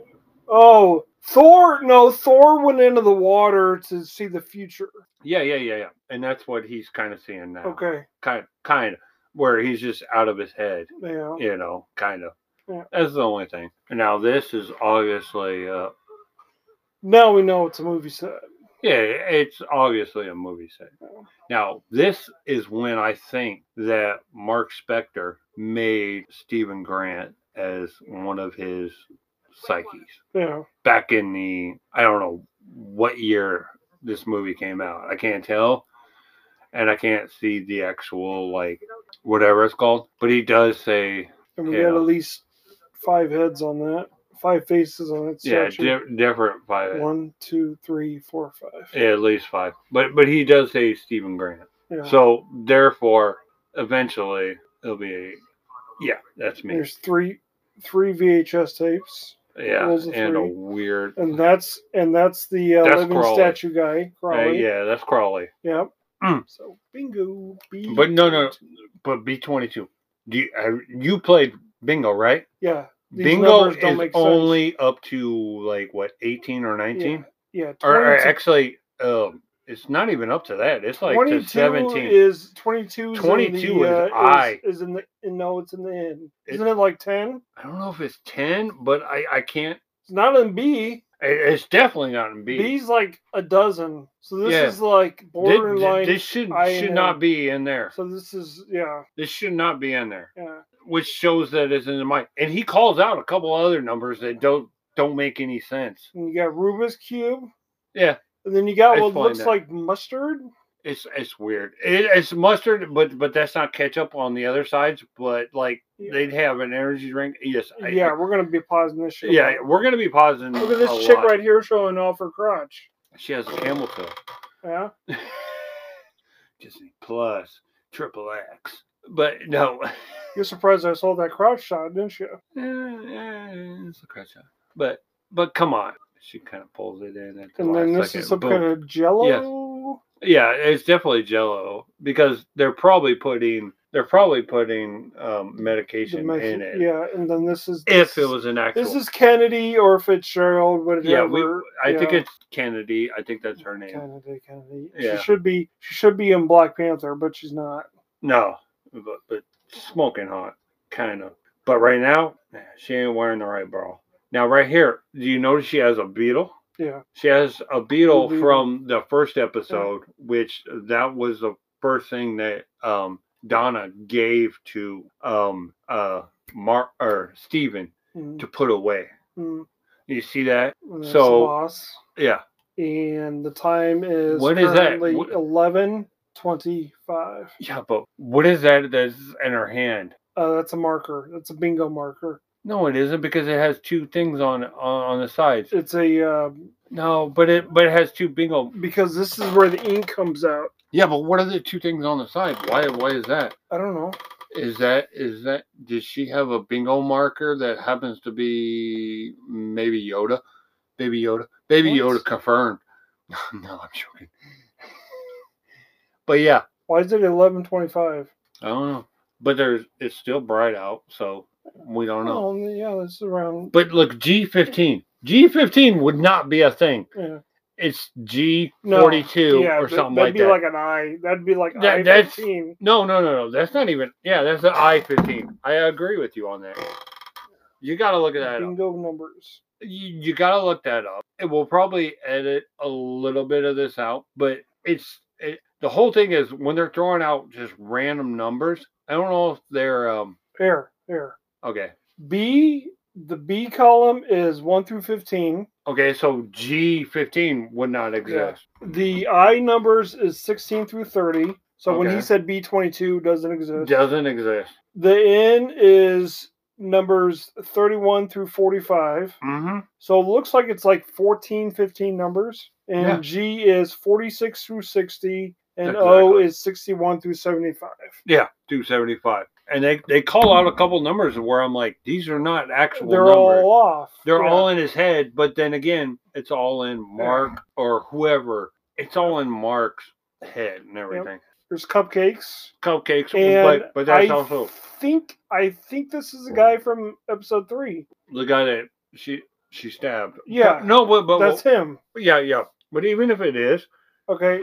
Oh, Thor. No, Thor went into the water to see the future.
Yeah, yeah, yeah, yeah. And that's what he's kind of seeing now.
Okay.
Kind, kind of where he's just out of his head.
Yeah.
you know, kind of.
Yeah.
That's the only thing. Now this is obviously uh,
Now we know it's a movie set.
Yeah, it's obviously a movie set. Now, this is when I think that Mark Spector made Stephen Grant as one of his psyches
Yeah.
back in the I don't know what year this movie came out. I can't tell, and I can't see the actual like whatever it's called. But he does say,
And we
Yeah.
got at least five heads on that. Five faces on that
yeah, uh,
statue.
di- different by
One, two, three, four, five.
yeah, at least five. But but he does say Stephen Grant.
Yeah.
So therefore, eventually it'll be a yeah, that's me.
There's three, three VHS tapes.
yeah,
Those are
and a
three.
weird.
and that's and that's the uh,
That's
living
Crowley.
statue guy,
Uh,
Crowley.
yeah, that's Crawley.
Yep.
Mm.
So bingo. B-
But no, no, but B twenty two. Do you, uh, you played bingo right?
Yeah. These
bingo
numbers don't
is
make sense.
only up to like what eighteen or nineteen,
Yeah.
or, or
22
actually, um, it's not even up to that. It's like to
22
seventeen.
is 22 's in
22
the, uh,
is I.
is, in the no it's in the end
It-
isn't it like 10
I don't know if it's ten, but I I can't.
it's not in b
it- It's definitely not in B.
b's like a dozen so this
Yeah.
is like
Thi- thi-
borderline
this should
I
should
am.
not be in there.
so this is yeah
This should not be in there,
yeah
which shows that it's in the mind. And he calls out a couple other numbers that don't don't make any sense.
and you got rubik's cube
Yeah.
and then you got
It's
what
fine
looks
then.
like mustard
It's it's weird. It, it's mustard, but but that's not ketchup on the other sides. But like they'd have an energy drink. Yes, I-
yeah we're gonna be pausing this shit
yeah. We're gonna be pausing.
look at this
a
chick
lot.
right here showing off her crotch
She has a camel toe.
yeah
Disney Plus, Triple X. But no,
you're surprised i sold that crotch shot didn't you
Eh, eh, it's a crutch shot. But but come on. She kind of pulls it in at the
and then this
last second.
is some
Boom.
kind of jello
Yeah, it's definitely jello because they're probably putting they're probably putting um,
The
medication
message-
in it.
yeah and then this is
If
this-
it was an actual
This is Kennedy or Fitzgerald, whatever.
Yeah, we- I think
yeah.
it's Kennedy. I think that's her name.
Kennedy, Kennedy.
Yeah.
She should be she should be in Black Panther, but she's not.
No. But but smoking hot, kinda. But right now, nah, she ain't wearing the right bra. Now right here, do you notice she has a beetle?
Yeah.
She has a beetle
beetle.
from the first episode, which that was the first thing that um, Donna gave to um, uh, Mark or Steven
Mm,
to put away.
mm.
You see that?
And that's
So-
the boss.
Yeah.
And the time is
When is that?
currently
Wh-
11 25.
Yeah, but what is that that's in her hand?
Uh, that's a marker. That's a bingo marker.
No, it isn't because it has two things on on, on the sides.
It's a uh,
No, but it but it has two bingo.
because this is where the ink comes out.
Yeah, but what are the two things on the side? Why why is that?
I don't know.
Is that is that does she have a bingo marker that happens to be maybe Yoda? Baby Yoda. Baby
What?
Yoda confirmed. no, I'm joking. but yeah,
Why is it 11 25?
I don't know. But there's it's still bright out, so we don't know.
Oh, yeah, that's around.
But look, G fifteen. G fifteen would not be a thing.
Yeah.
It's G
No,
forty two
yeah,
or
that-
something
that'd
like
be
that.
like an eye. That'd be like
That-
I
that's-
15.
No, no, no, no. That's not even. Yeah, that's the I fifteen. I agree with you on that. You gotta look at that. Up.
bingo numbers.
You, you gotta look that up. And we'll probably edit a little bit of this out, but it's it, the whole thing is when they're throwing out just random numbers. I don't know if they're um
Here, here.
okay.
B, the B column is 1 through 15.
Okay, so G fifteen would not exist.
The I numbers is 16 through 30. So when he
Okay.
said B22 doesn't exist.
Doesn't exist.
The N is numbers 31 through 45.
Mm-hmm.
So it looks like it's like 14, 15 numbers. And
Yeah.
G is 46 through 60. And O
Exactly.
is 61 through 75.
Yeah, two seventy five. And they they call out a couple numbers where I'm like, these are not actual
They're
numbers.
all off.
They're
Yeah.
all in his head, but then again, it's all in Mark or whoever. It's all in Mark's head and everything.
There's cupcakes.
Cupcakes,
And
but but that's
I
also
think I think this is a guy from episode three.
the guy that she she stabbed.
Yeah.
no, but but
That's him.
yeah, yeah. But even if it is,
Okay,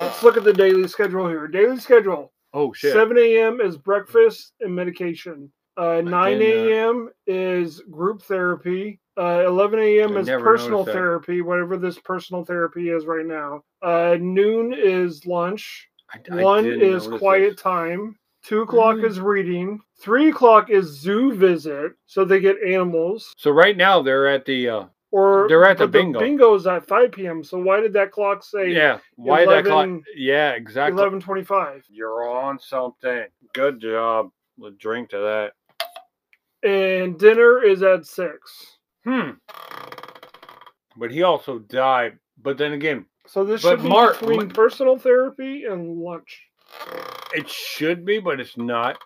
let's look at the daily schedule here. Daily schedule:
oh shit,
seven a.m. is breakfast and medication. Uh, nine
didn't, uh,
a.m. is group therapy. Uh, Eleven a.m.
I
is
never
personal
noticed that.
therapy, whatever this personal therapy is right now. Uh, noon is lunch.
I- I
One
didn't
is
notice
quiet
this.
time. Two o'clock
Mm.
is reading. Three o'clock is zoo visit, so they get animals.
So right now they're at the uh,
Or
They're at the
but
bingo.
bingo's at 5 p.m. So why did that clock say
yeah. Why that clock?
11
Yeah, exactly.
11:25?
You're on something. Good job. We'll drink to that.
And dinner is at six.
Hmm. But he also died. But then again,
So this
But
should be
Mark-
between
Ma-
personal therapy and lunch.
It should be, but it's not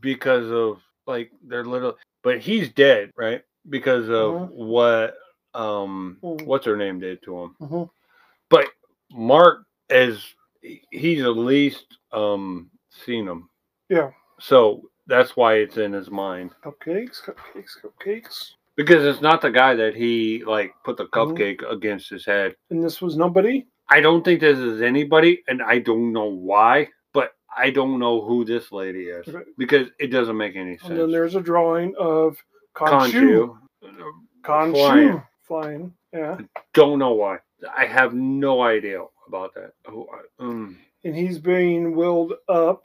because of like they're little. But he's dead, right? because of
Mhm.
what um
Mhm.
what's her name did to him.
Mhm.
But Mark is he- he's at least um seen him.
Yeah.
So that's why it's in his mind
Cupcakes, cupcakes, cupcakes.
because it's not the guy that he like put the cupcake against his head.
And this was nobody.
I don't think this is anybody, and I don't know why, but I don't know who this lady is
Okay.
because it doesn't make any sense.
And then there's a drawing of Conchu.
Conchu.
Conchu
Flying.
flying. Yeah.
Don't know why. I have no idea about that. Who? I- um,
And he's being willed up.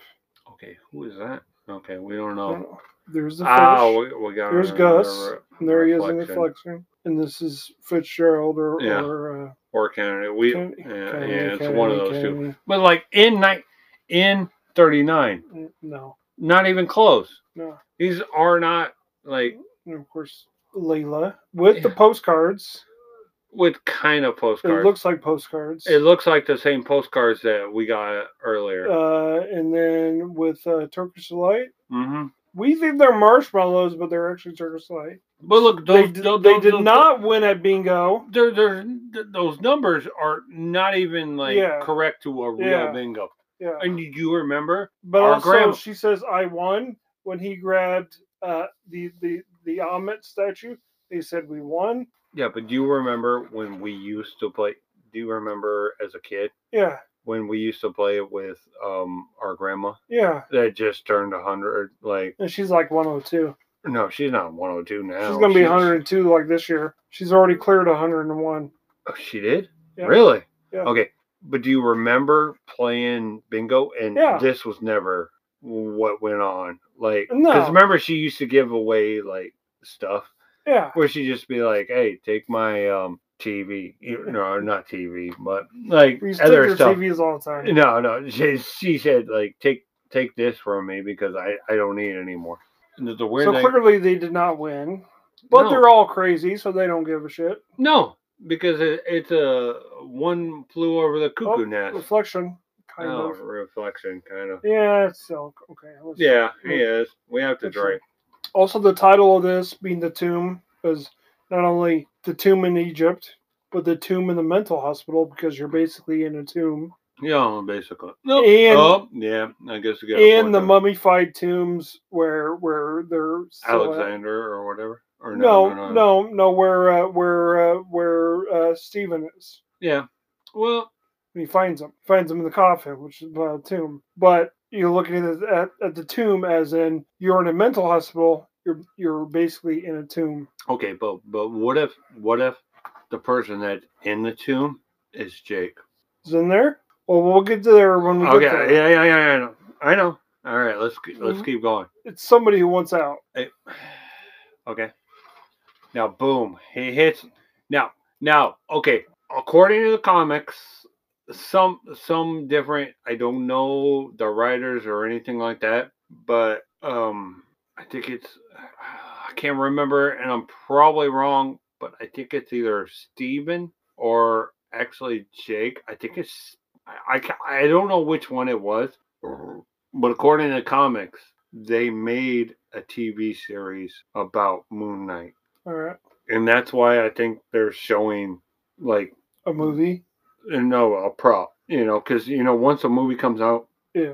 okay, who is that? Okay, we don't
I don't
know.
know. There's the fish.
Ah, we, we got
There's
our-
Gus,
our
and there he is in the
reflection.
reflection. And this is Fitzgerald or,
Yeah.
or uh,
Or Canada. We,
Ken-
yeah,
Kennedy,
yeah, it's
Kennedy,
one of those two.
Kennedy.
But like in night, in thirty nine,
Mm, No,
not even close.
no.
These are not like
And of course, Layla with the
Yeah.
postcards.
with kind of postcards.
It looks like postcards.
It looks like the same postcards that we got earlier.
uh, and then with uh, Turkish delight,
hmm
we think they're marshmallows, but they're actually Turkish delight.
But look,
They,
those,
d-
those-
they did
those-
not win at bingo.
There, there, th- those numbers are not even like
Yeah.
correct to a real
Yeah.
bingo.
Yeah,
And do you remember?
but
our
also
grandma-
she says I won when he grabbed uh, the the the Amit statue. They said we won.
Yeah, but do you remember when we used to play? Do you remember as a kid
Yeah,
when we used to play it with um our grandma
yeah.
that just turned hundred? Like,
And she's like 102.
no, she's not one hundred two now.
She's gonna be 102 like this year. She's already cleared 101.
Oh, she did.
Yeah.
Really?
Yeah.
Okay. But do you remember playing bingo? And
Yeah.
this was never what went on. Like,
No.
because remember she used to give away like stuff
Yeah,
where she'd just be like, "Hey, take my um TV." You- No, not TV, but like
we used to take
other
their
stuff.
TVs all the time.
No, no. She, she said like, "Take take this from me because I I don't need it anymore." And The, the weird
So
thing-
clearly they did not win, but
No.
they're all crazy, so they don't give a shit.
no, because it, it's a one flew over the cuckoo
Oh,
nest.
Reflection, kind
Oh,
of.
reflection, kind of.
Yeah, so okay. let's-
Yeah, he is. We have to
That's it.
drink.
Also, the title of this being the tomb is not only the tomb in Egypt, but the tomb in the mental hospital because you're basically in a tomb.
Yeah, basically.
Nope. And-
oh, yeah. I guess we got a
and the
point there.
mummified tombs where where they're still at.
Alexander or whatever. Or
uh, No, no, no, where uh, where uh, where uh, Stephen is.
Yeah. Well,
And he finds him, finds him in the coffin, which is by the tomb. But you're looking at, at at the tomb as in you're in a mental hospital. You're you're basically in a tomb.
okay, but but what if what if the person that's in the tomb is Jake?
Is in there? Well, we'll get to there when we
Okay.
get there.
Yeah, yeah, yeah, yeah. I know. I know. All right. Let's ke- let's
Mhm.
keep going.
It's somebody who wants out.
Hey, Okay. Now, boom. He hits. Now, now, okay. According to the comics, some some different. I don't know the writers or anything like that, but um, I think it's. I can't remember, and I'm probably wrong, but I think it's either Steven or actually Jake. I think it's. I I, ca- I don't know which one it was, but according to the comics, they made a TV series about Moon Knight.
All right,
And that's why I think they're showing, like,
a movie.
you know, a prop, you know, because, you know, once a movie comes out,
Yeah.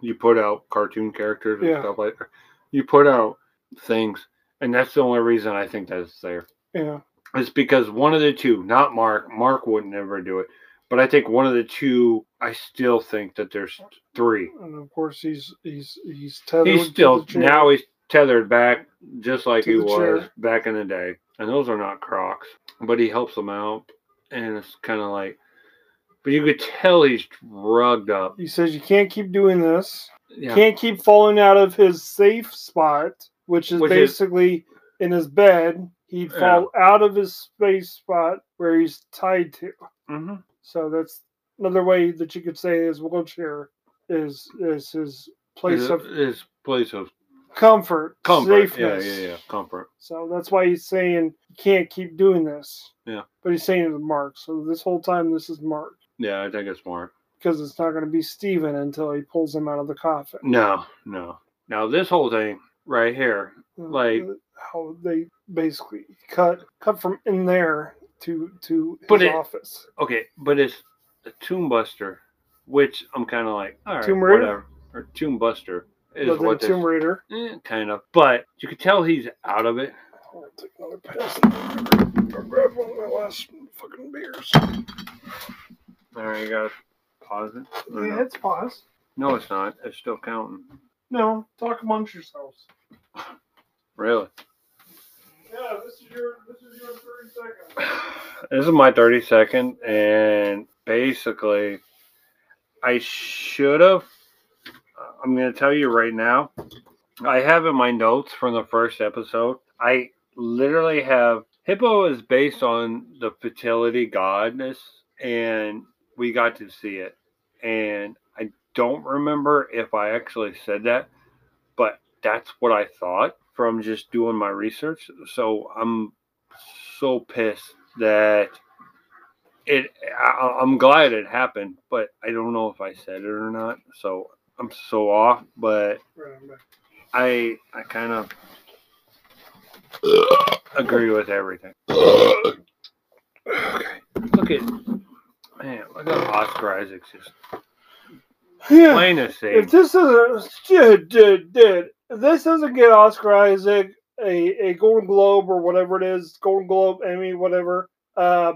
you put out cartoon characters and
Yeah.
stuff like that. You put out things. And that's the only reason I think that's there.
Yeah,
It's because one of the two, not Mark, Mark would never do it. But I think one of the two, I still think that there's three.
and of course he's he's he's tethered.
he's
to
still
the chair.
now he's tethered back just like
To
he
the
was
chair.
back in the day and those are not crocs but he helps them out and it's kind of like but you could tell he's drugged up
He says you can't keep doing this.
yeah
Can't keep falling out of his safe spot, which is
Which is-
basically in his bed. He'd fall out of his space spot where he's tied to.
hmm
So that's another way that you could say his wheelchair is is his place
his,
of
his place of
comfort,
comfort
safeness.
yeah yeah yeah comfort
So that's why he's saying you can't keep doing this.
Yeah.
But he's saying it's Mark. So this whole time, this is Mark
yeah i think it's more
because it's not going to be Steven until he pulls him out of the coffin.
no no now this whole thing right here Mm, Like-
Uh, how they basically cut cut from in there to to his
But it-
office.
Okay, but it's a Tomb Buster, which I'm kind of like, all right,
Tomb Raider?
whatever. Or Tomb Buster is
But then
what this,
Tomb Raider.
eh, kind of. But you could tell he's out of it.
I'm gonna take another pass. I'll grab one of my last fucking beers.
All right, you gotta pause it. Or
Yeah,
no?
it's pause.
no, it's not. It's still counting.
No, talk amongst yourselves.
Really?
Yeah, this is your this is your thirty seconds.
This is my 30 second, and basically, I should have. I'm going to tell you right now. I have in my notes from the first episode, I literally have Hippo is based on the fertility goddess, and we got to see it. And I don't remember if I actually said that, but that's what I thought from just doing my research. So I'm so pissed that it. I, I'm glad it happened, but I don't know if I said it or not. So I'm so off, but
Right, I'm back.
I I kind of agree with everything.
Okay.
Look at man, look at Oscar Isaac's just
Yeah.
plain as same.
If this doesn't dude, dude, dude, if this doesn't get Oscar Isaac a, a Golden Globe or whatever it is, Golden Globe, Emmy, whatever, uh,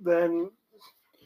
then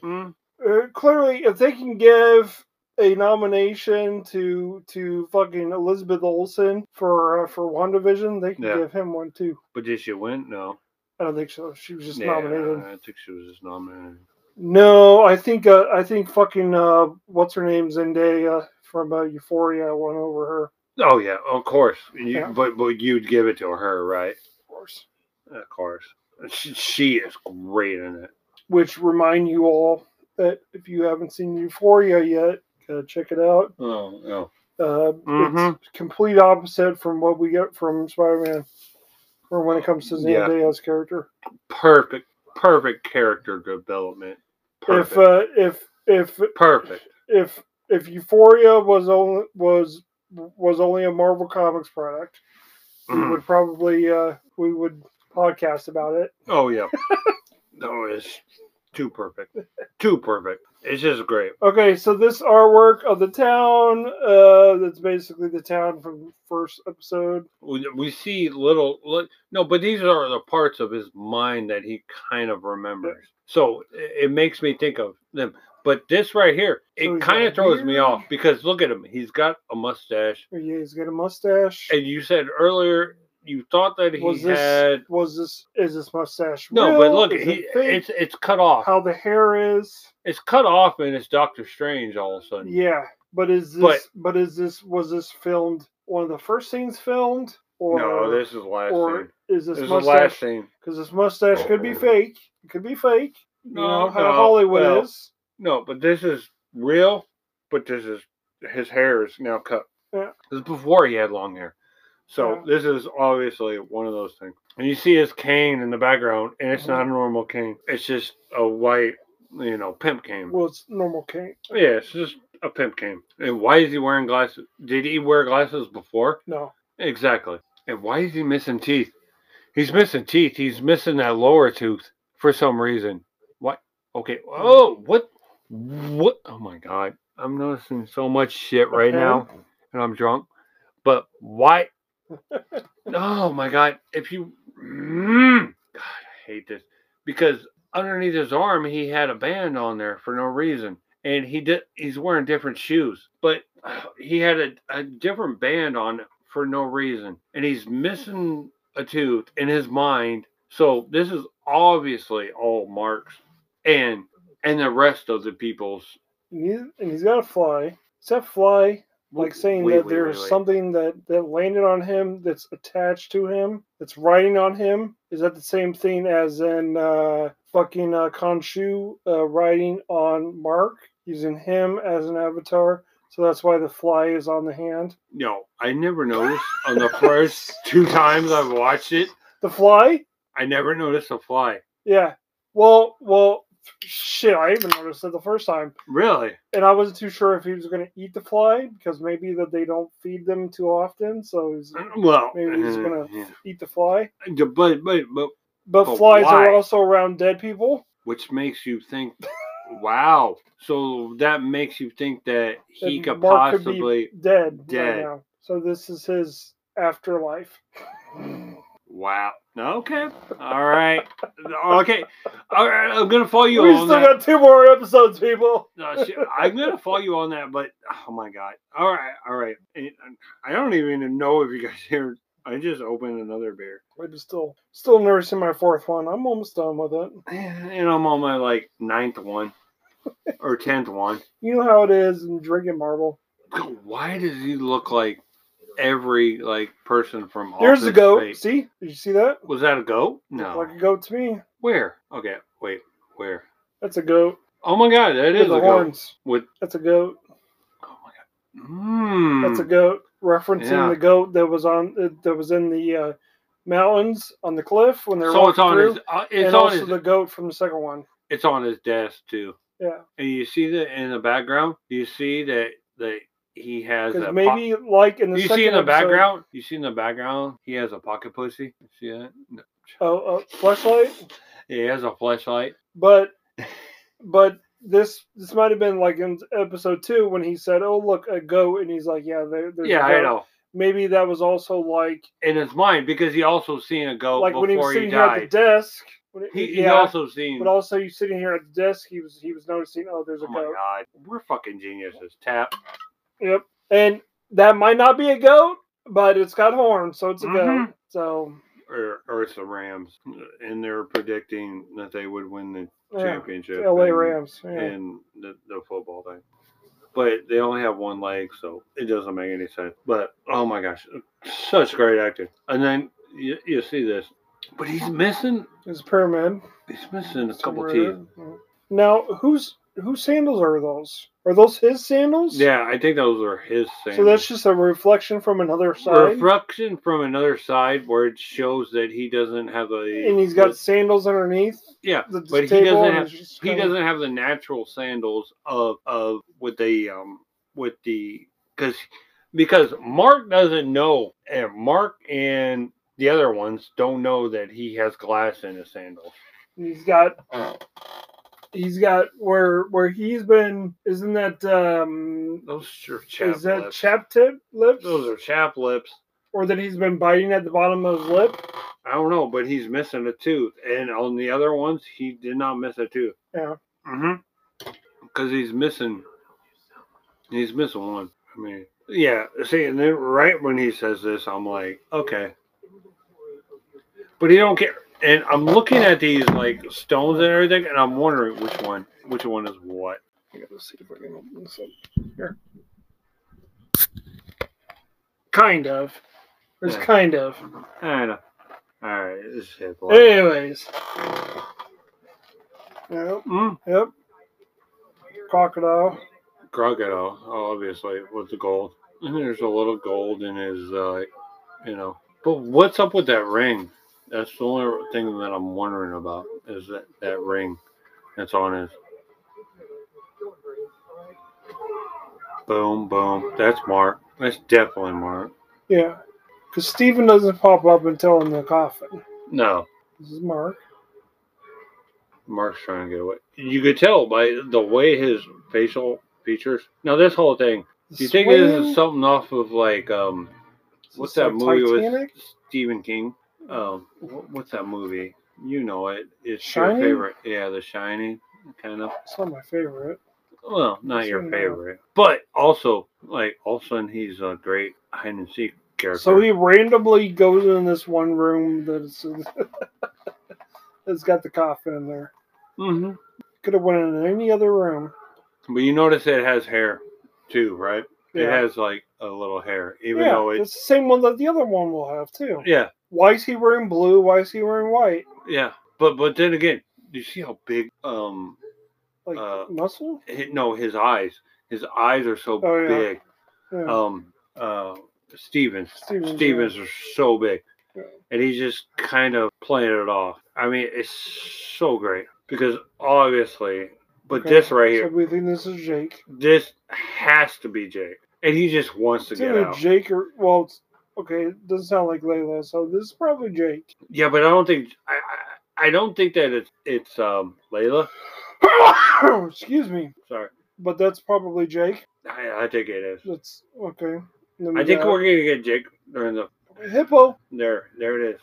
Mm,
uh, clearly, if they can give a nomination to to fucking Elizabeth Olsen for uh, for WandaVision, they can
Yeah.
give him one too.
but did she win? No.
I don't think so. She was just
Yeah,
nominated.
I think she was just nominated.
No, I think uh, I think fucking uh, what's her name Zendaya from uh, Euphoria won over her.
Oh yeah, of course. You,
Yeah.
But but you'd give it to her, right?
Of course.
Of course. She, she is great in it.
Which remind you all that if you haven't seen Euphoria yet, uh, check it out.
Oh no.
Uh,
Mhm.
It's complete opposite from what we get from Spider-Man, or when it comes to
Yeah.
Zendaya's character.
Perfect, perfect character development. Perfect.
If uh, if if
perfect.
if if Euphoria was only was was only a Marvel Comics product,
Mm-hmm.
we would probably uh, we would podcast about it.
Oh yeah. no, it's too perfect. Too perfect. It's just great.
Okay, so this artwork of the town uh, that's basically the town from first episode.
We, we see little, li- no, but these are the parts of his mind that he kind of remembers. So it, it makes me think of them. But this right here, it
So he's got
kind
a
of throws me
beard.
off because look at him. He's got a mustache,
Oh, Yeah, he's got a mustache.
and you said earlier you thought that he
Was this-
had.
Was this is this mustache?
No, but
real?
look,
Is
he,
it fake?
it's it's cut off.
how the hair is.
It's cut off, and it's Doctor Strange all of a sudden.
Yeah, but is this?
But-
but is this? Was this filmed? One of the first scenes filmed, or
no, this is last
or
thing.
is
This
this
is the last
mustache?
thing.
Because this mustache could be fake. It could be fake. You know how Hollywood
no,
is.
No, but this is real. But this is his hair is now cut.
Yeah.
This is before he had long hair, so
Yeah.
this is obviously one of those things. And you see his cane in the background, and
Mm-hmm.
it's not a normal cane. It's just a white, you know, pimp cane.
Well, it's normal cane.
yeah, it's just a pimp cane. And why is he wearing glasses? Did he wear glasses before?
No,
Exactly. And why is he missing teeth? He's missing teeth. He's missing that lower tooth for some reason. What? Okay. Oh, what? What? Oh my God. I'm noticing so much shit right now and I'm drunk. But why? oh my God. If you. Mm. God, I hate this. Because underneath his arm, he had a band on there for no reason. And he did. He's wearing different shoes, but he had a, a different band on for no reason, and he's missing a tooth in his mind. So this is obviously all marks, and and the rest of the people's
and, he, and he's got a fly. It's that fly, like saying
Wait,
that
wait,
there's
wait, wait.
something that that landed on him, that's attached to him, that's riding on him. Is that the same thing as in uh, fucking uh, Khonshu uh, riding on Mark, using him as an avatar? So that's why the fly is on the hand.
No, I never noticed on the first two times I've watched it.
The fly?
I never noticed a fly.
Yeah. Well, well, Shit, I even noticed it the first time,
Really?
and I wasn't too sure if he was going to eat the fly because maybe that they don't feed them too often, so he's
Well, uh,
Maybe he's gonna-
yeah.
eat the fly.
Yeah, But, but, but,
But,
But
flies
why?
are also around dead people.
which makes you think, wow. So that makes you think that he
That
could
Mark could be-
possibly,
Dead.
Dead.
Right now. So this is his afterlife.
wow. Okay. All right. Okay. All right. I'm going to follow you
we
on
still
that.
got two more episodes, people.
No, shit, I'm gonna follow you on that, but oh my god! All right, all right. And I don't even know if you guys hear. I just opened another beer,
I'm still still nursing my fourth one. I'm almost done with it.
and I'm on my like ninth one or tenth one.
You know how it is in drinking marble.
God, Why does he look like every like person from?
There's the
Office
goat.
Space?
See? Did you see that?
Was that a goat? No.
Like a goat to me.
Where? Okay, wait. Where?
That's a goat.
Oh my god, that
With
is a
the
goat.
horns.
With
That's a goat.
oh my god. Mm.
That's a goat. Referencing
Yeah.
the goat that was on that was in the uh, mountains on the cliff when they were
so it's
walking
on
through,
his. uh, It's
and
on
also
his.
the goat from the second one.
It's on his desk too.
Yeah,
and you see that in the background. You see that that he has a
because
po-
maybe like in the
you
second
see in the
episode-
background. You see in the background. He has a pocket pussy. You see that? No.
Oh, uh, flashlight.
He has a flashlight.
But but this this might have been like in episode two when he said, "Oh look, a goat," and he's like, "Yeah, there, there's a
Yeah,
goat."
I know.
Maybe that was also like
In his mind, because he also seen a goat
like when he was
before
sitting
he
here at the
died.
desk. When it-
he, he
yeah,
also seen.
but also you sitting here at the desk, he was he was noticing, "Oh, there's a
oh my
goat,"
god, we're fucking geniuses. Tap.
and that might not be a goat, but it's got horns, so it's a goat.
Mhm.
So
Or, or it's the Rams, and they're predicting that they would win the
yeah,
championship.
L.A.
and-
Rams. Yeah.
and the, the football thing. But they only have one leg, so it doesn't make any sense. But oh my gosh, such great acting. And then you, you see this, but he's missing
It's a pyramid.
he's missing a couple
somewhere. Mm.
teeth.
Now, whose whose sandals are those? Are those his sandals?
Yeah, I think those are his things.
So that's just a reflection from another side,
reflection from another side where it shows that he doesn't have a
and he's got sandals underneath.
yeah.
The
But he
table
doesn't
and
have-
it's just
He
kinda-
doesn't have the natural sandals of of with the um with the because because Mark doesn't know and Mark and the other ones don't know that he has glass in his sandals.
He's got.
Oh.
He's got where where he's been. Isn't that um?
Those are chap
is that
lips.
chap tip lips?
Those are chap lips.
Or that he's been biting at the bottom of his lip?
I don't know, but he's missing a tooth, and on the other ones he did not miss a tooth.
Yeah.
Mm-hmm. Because he's missing, he's missing one. I mean, yeah. See, and then right when he says this, I'm like, okay. But he don't care, and I'm looking at these like stones and everything, and I'm wondering which one, which one is what.
I gotta see if I can open this up. Here. Kind of. There's
Yeah.
kind of.
I know. All right, this is his life.
Anyways. Yep.
Mm,
Yep. Crocodile.
crocodile, obviously, with the gold. And there's a little gold in his, uh, you know. But what's up with that ring? That's the only thing that I'm wondering about is that, that ring that's on his. Boom, boom. That's Mark. That's definitely Mark.
Yeah. Because Stephen doesn't pop up until in the coffin.
No,
This is Mark.
Mark's trying to get away. You could tell by the way his facial features. Now, this whole thing, do you think this is
Swing.
something off of like, um,
Is
What's
this
that
like
movie with
Titanic?
Stephen King? Um, wh- what's that movie? You know it. It's
Shining?
your favorite. Yeah, The Shining, kind of.
It's not my favorite.
Well, not your
Seen that.
favorite, but also like all of a sudden he's a great hide and seek character.
So he randomly goes in this one room that's that's got the coffin in there.
hmm
Could have went in any other room.
But you notice it has hair too, right? It
Yeah.
has like a little hair, even
yeah,
though it's
it's the same one that the other one will have too.
yeah,
Why is he wearing blue? Why is he wearing white?
yeah. But but then again, you see how big um
Like
Uh,
muscle?
hi- no his eyes his eyes are so
Oh, yeah.
big.
Yeah.
um uh Stevens.
Stevens,
Stevens,
yeah.
are so big.
Yeah.
And he's just kind of playing it off. I mean, it's so great. because obviously, but
Okay.
this right
So
here,
we think this is Jake.
this has to be Jake, and he just wants to
It's
get
either
out.
Jake or well, it's, okay, it doesn't sound like Layla, so this is probably Jake.
Yeah, but I don't think I, I I don't think that it's it's um Layla.
Excuse me,
Sorry,
but that's probably Jake.
I, I think it is.
That's okay. And then we
I think
got
we're gonna get Jake during the
a hippo,
there there it is,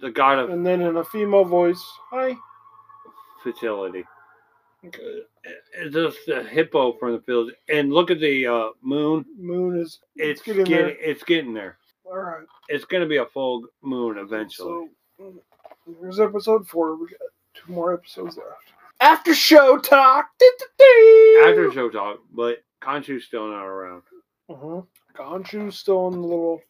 the god of
and then in a female voice, hi.
fertility. It's just a hippo from the field, and look at the uh, moon.
Moon is
It's
getting
getting,
there.
it's getting there.
All right.
It's gonna be a full moon eventually.
So, here's episode four. We got two more episodes left. After show talk. Do-do-do.
After show talk, but Kanchu's still not around.
Uh-huh. Ganchu's still in the little.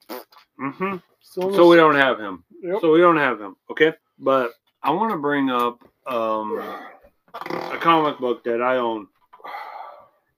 hmm
Still in the,
So we don't have him.
Yep.
So we don't have him. Okay, but I want to bring up um, a comic book that I own,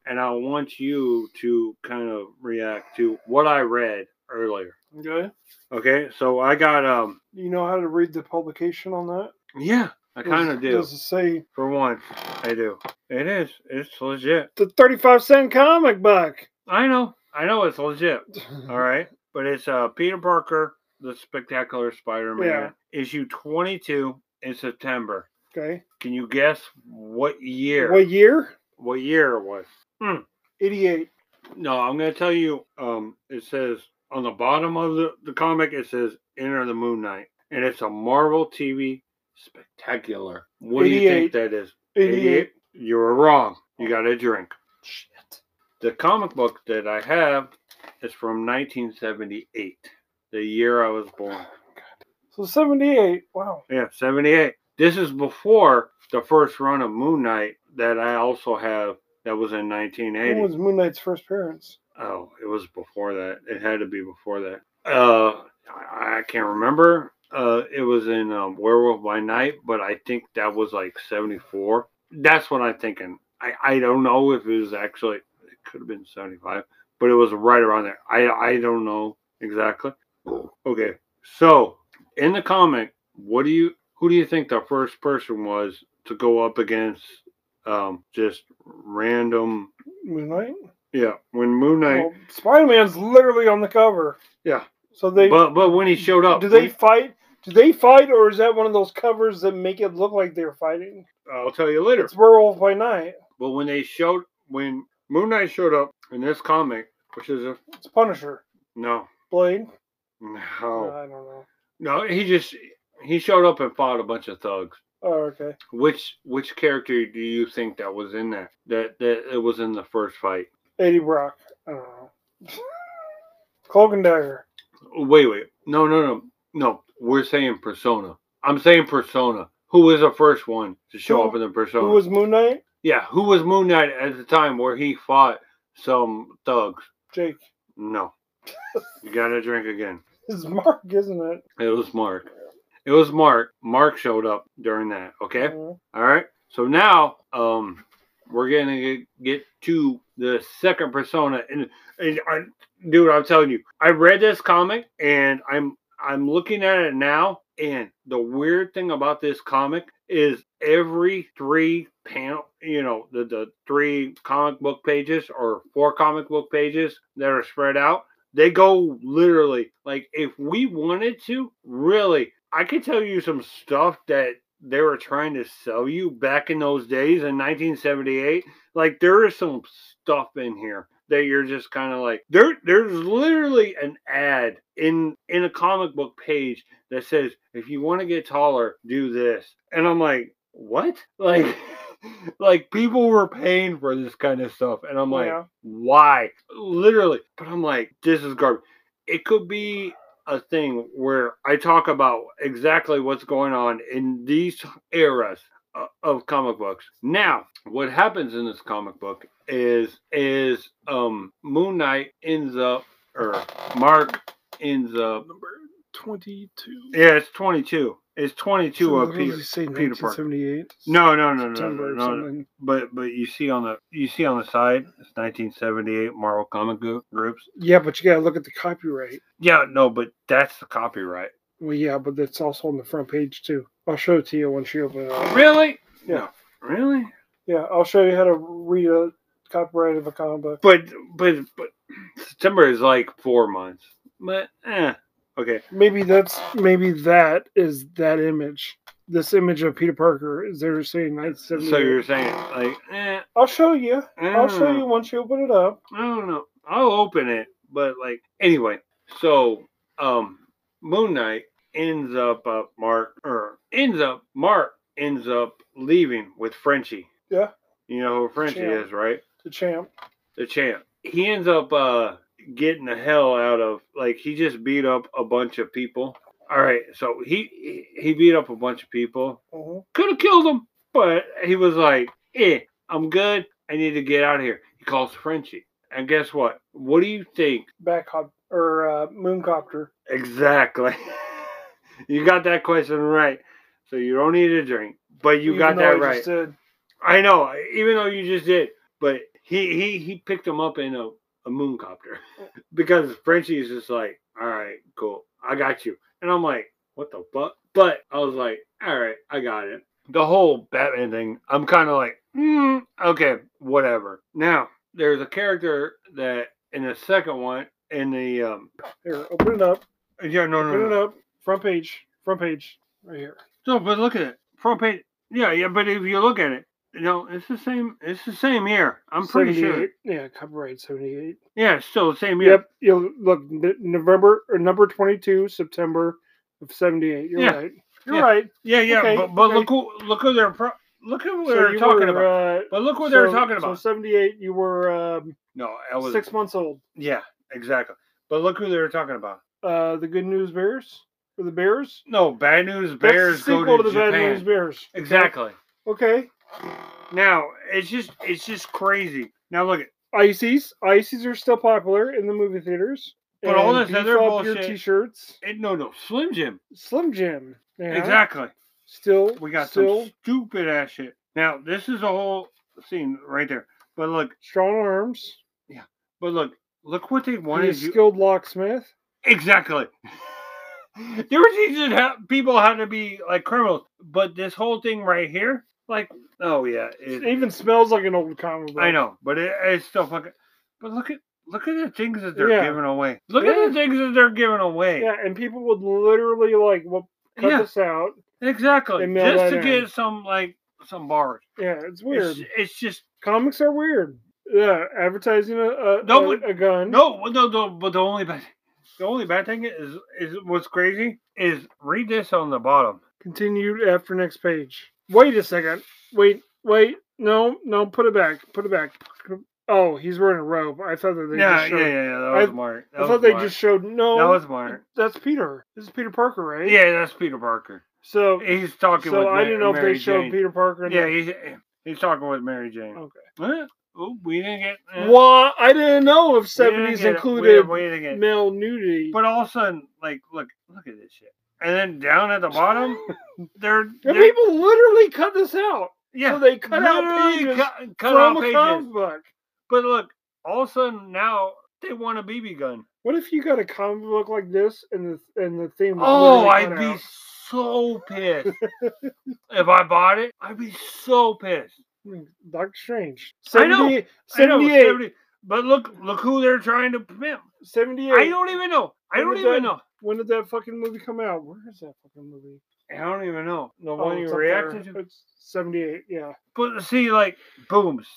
and I want you to kind of react to what I read earlier.
okay.
Okay, so I got um,
You know how to read the publication on that?
yeah, I kind of
Does-
do.
Does it say
For once, I do. It is. It's legit.
the 35 cent comic book?
I know. I know it's legit.
Mm-hmm.
All right. But it's uh Peter Parker, the Spectacular Spider-Man, issue 22 in September.
Okay.
Can you guess what year?
What year?
What year it was?
88.
No, I'm going to tell you. Um, it says on the bottom of the, the comic, it says Enter the Moon Knight, and it's a Marvel TV spectacular. What do you think that is?
88.
You were wrong. You got a drink.
Shit.
The comic book that I have is from 1978, the year I was born.
So 78. Wow.
Yeah, 78. This is before the first run of Moon Knight that I also have that was in
When
1980.
was Moon Knight's first appearance?
oh, it was before that. It had to be before that. Uh, I I can't remember. Uh, it was in um, Werewolf by Night, but I think that was like 74. That's what I'm thinking. I, I don't know if it was actually, it could have been 75, but it was right around there. I, I don't know exactly. Okay. So in the comic, what do you, who do you think the first person was to go up against um, just random?
Moon Knight?
Yeah. When Moon Knight.
Well, Spider Man's literally on the cover.
Yeah.
So they
but but when he showed up,
do they
when-
fight? Do they fight, or is that one of those covers that make it look like they're fighting?
I'll tell you later.
It's Werewolf by Night.
But when they showed when Moon Knight showed up in this comic, which is a
It's Punisher,
no,
Blade. Uh,
no,
I don't know.
no, he just he showed up and fought a bunch of thugs.
Oh, okay.
Which which character do you think that was in that that that it was in the first fight?
Eddie Brock. I don't know. Cloak and Dagger.
Wait, wait, no, no, no, no. We're saying persona. I'm saying persona. Who was the first one to show
Who-
up in the
Who
persona?
was Moon Knight?
yeah, who was Moon Knight at the time where he fought some thugs?
Jake.
No. you gotta drink again.
It's Mark, isn't it?
It was Mark. It was Mark. Mark showed up during that. Okay.
Mhm.
All right. So now, um, we're gonna get- get to the second persona, and, and I, dude, I'm telling you, I read this comic, and I'm I'm looking at it now, and the weird thing about this comic is every three panel, you know, the the three comic book pages or four comic book pages that are spread out, they go literally like if we wanted to, really, I could tell you some stuff that they were trying to sell you back in those days in 1978. Like there is some stuff in here that you're just kind of like there. There's literally an ad in in a comic book page that says if you want to get taller, do this. And I'm like, what? Like, like people were paying for this kind of stuff, and I'm like,
Yeah.
why? Literally. But I'm like, this is garbage. It could be a thing where I talk about exactly what's going on in these eras o- of comic books. Now, what happens in this comic book is is um Moon Knight ends up or Mark ends up
Number 22.
yeah, it's 22. It's 22
So
of
what does
Peter.
it say,
Peter Park.
1978?
No, no, no, no,
September
no,
or
no, no,
something.
But but you see on the you see on the side, it's 1978 Marvel comic group, groups.
Yeah, but you gotta look at the copyright.
Yeah, no, but that's the copyright.
Well, yeah, but that's also on the front page too. I'll show it to you once you open it up.
Really?
Yeah.
Really?
Yeah, I'll show you how to read a copyright of a comic book.
But but but September is like four months. But eh. Okay.
Maybe that's maybe that is that image. This image of Peter Parker is there saying that's
So you're saying like eh,
I'll show you.
I don't
I'll show
know.
you once you open it up.
I don't know. I'll open it, but like anyway. So um Moon Knight ends up uh, Mark or ends up Mark ends up leaving with Frenchie.
Yeah.
You know who Frenchie
Champ.
is, right?
The champ.
The champ. He ends up uh getting the hell out of like he just beat up a bunch of people. All right, so he he- he beat up a bunch of people
Mhm.
could have killed him, but he was like, "Eh, I'm good. I need to get out of here." He calls Frenchie, and guess what? What do you think
Back hop or uh, mooncopter.
exactly? you got that question right. So you don't need a drink, but you
Even
got
though I
that
just
right.
said-
I know, even though you just did, but he he he picked him up in a a mooncopter because Frenchie is just like, "All right, cool, I got you," and I'm like, "What the fuck?" But I was like, "All right, I got it." The whole Batman thing, I'm kind of like, mm, "Okay, whatever." Now there's a character that in the second one in the um
Here, open it up.
yeah no no
Open
no,
it up. Front page. Front page. Right here.
No, but look at it. Front page. Yeah, yeah. But if you look at it, you know, it's the same. It's the same year. I'm pretty sure.
78. Yeah, copyright seventy eight.
Yeah, it's still the same year.
Yep. You look n- November or number twenty two, September of seventy eight. You're
Yeah.
right. You're
Yeah.
right.
Yeah, yeah.
Okay,
but but
okay.
look who look who they're pro- look at what
So
they're
you were,
talking about.
uh,
But look what they're
so-
talking
So
about.
seventy eight. You were um,
no, I was
six months old.
yeah, exactly. But look who they're talking about.
Uh, the Good News Bears or the Bears.
No, bad news
That's the
bears go
sequel
to,
the
Japan.
Bad News Bears.
Exactly.
Okay.
Now it's just it's just crazy. Now look at
Ices. Ices are still popular in the movie theaters.
But all
And
this other
beef up Your
bullshit-
t-shirts.
it. No, no, Slim Jim.
Slim Jim. Yeah.
Exactly.
Still.
We got
still
some stupid ass shit. Now this is a whole scene right there. But look,
strong arms.
but look, look what they
One
wanted
is
you
skilled locksmith.
exactly. they were teaching how, people how to be like criminals, but this whole thing right here, like, oh yeah,
It
it-
even smells like an old comic book.
I know, but it, it's still fucking. But look at look at the things that they're
Yeah.
giving away. Look
Yeah.
at the things that they're giving away.
Yeah, and people would literally like well, cut
Yeah,
this out.
exactly.
They mail
Just
that
to
in.
get some like some bars.
Yeah, it's weird.
It's, it's just
Comics are weird. Yeah, advertising a a,
No,
a-
but-
a gun.
No, no, no. But the only bad, the only bad thing is, is what's crazy is read this on the bottom.
Continued after next page. Wait a second. Wait, wait. No, no. Put it back. Put it back. Oh, he's wearing a robe. I thought that they
yeah,
just showed.
yeah, yeah, yeah. That was
I-
Mark. That
I
was
thought they
Mark.
just showed. No,
That was Mark.
that's Peter. This is Peter Parker, right?
Yeah, that's Peter Parker.
So,
He's talking with
so I
Ma-
didn't know
Mary
if they showed
Jane.
Peter Parker. in
Yeah,
the-
he's he's talking with Mary Jane.
Okay.
Huh? Oh, we didn't get. eh, we
Well, I didn't know if
didn't
seventies
get it. We
included
didn't- We, didn't get. it.
male nudity.
But all of a sudden, like, look, look at this shit. And then down at the bottom, they're,
and
they're-
people literally cut this out.
yeah,
So they cut out
literally
pages
cut, cut
from
out
a
pages.
comic book.
But look, all of a sudden now they want a BB gun.
What if you got a comic book like this and the and the theme? was
Oh,
literally
I'd
cut
be
out?
so pissed. if I bought it, I'd be so pissed.
Hmm, Doctor Strange.
I know,
70,
I know,
78,
70 but look, look who they're trying to pimp.
78.
I don't even know. I
When
don't
did
even
that-
know.
When did that fucking movie come out? Where is that fucking movie?
I don't even know. The
Oh,
one
it's
you
up
reacted
there.
to.
It's 78, yeah.
But see, like, booms.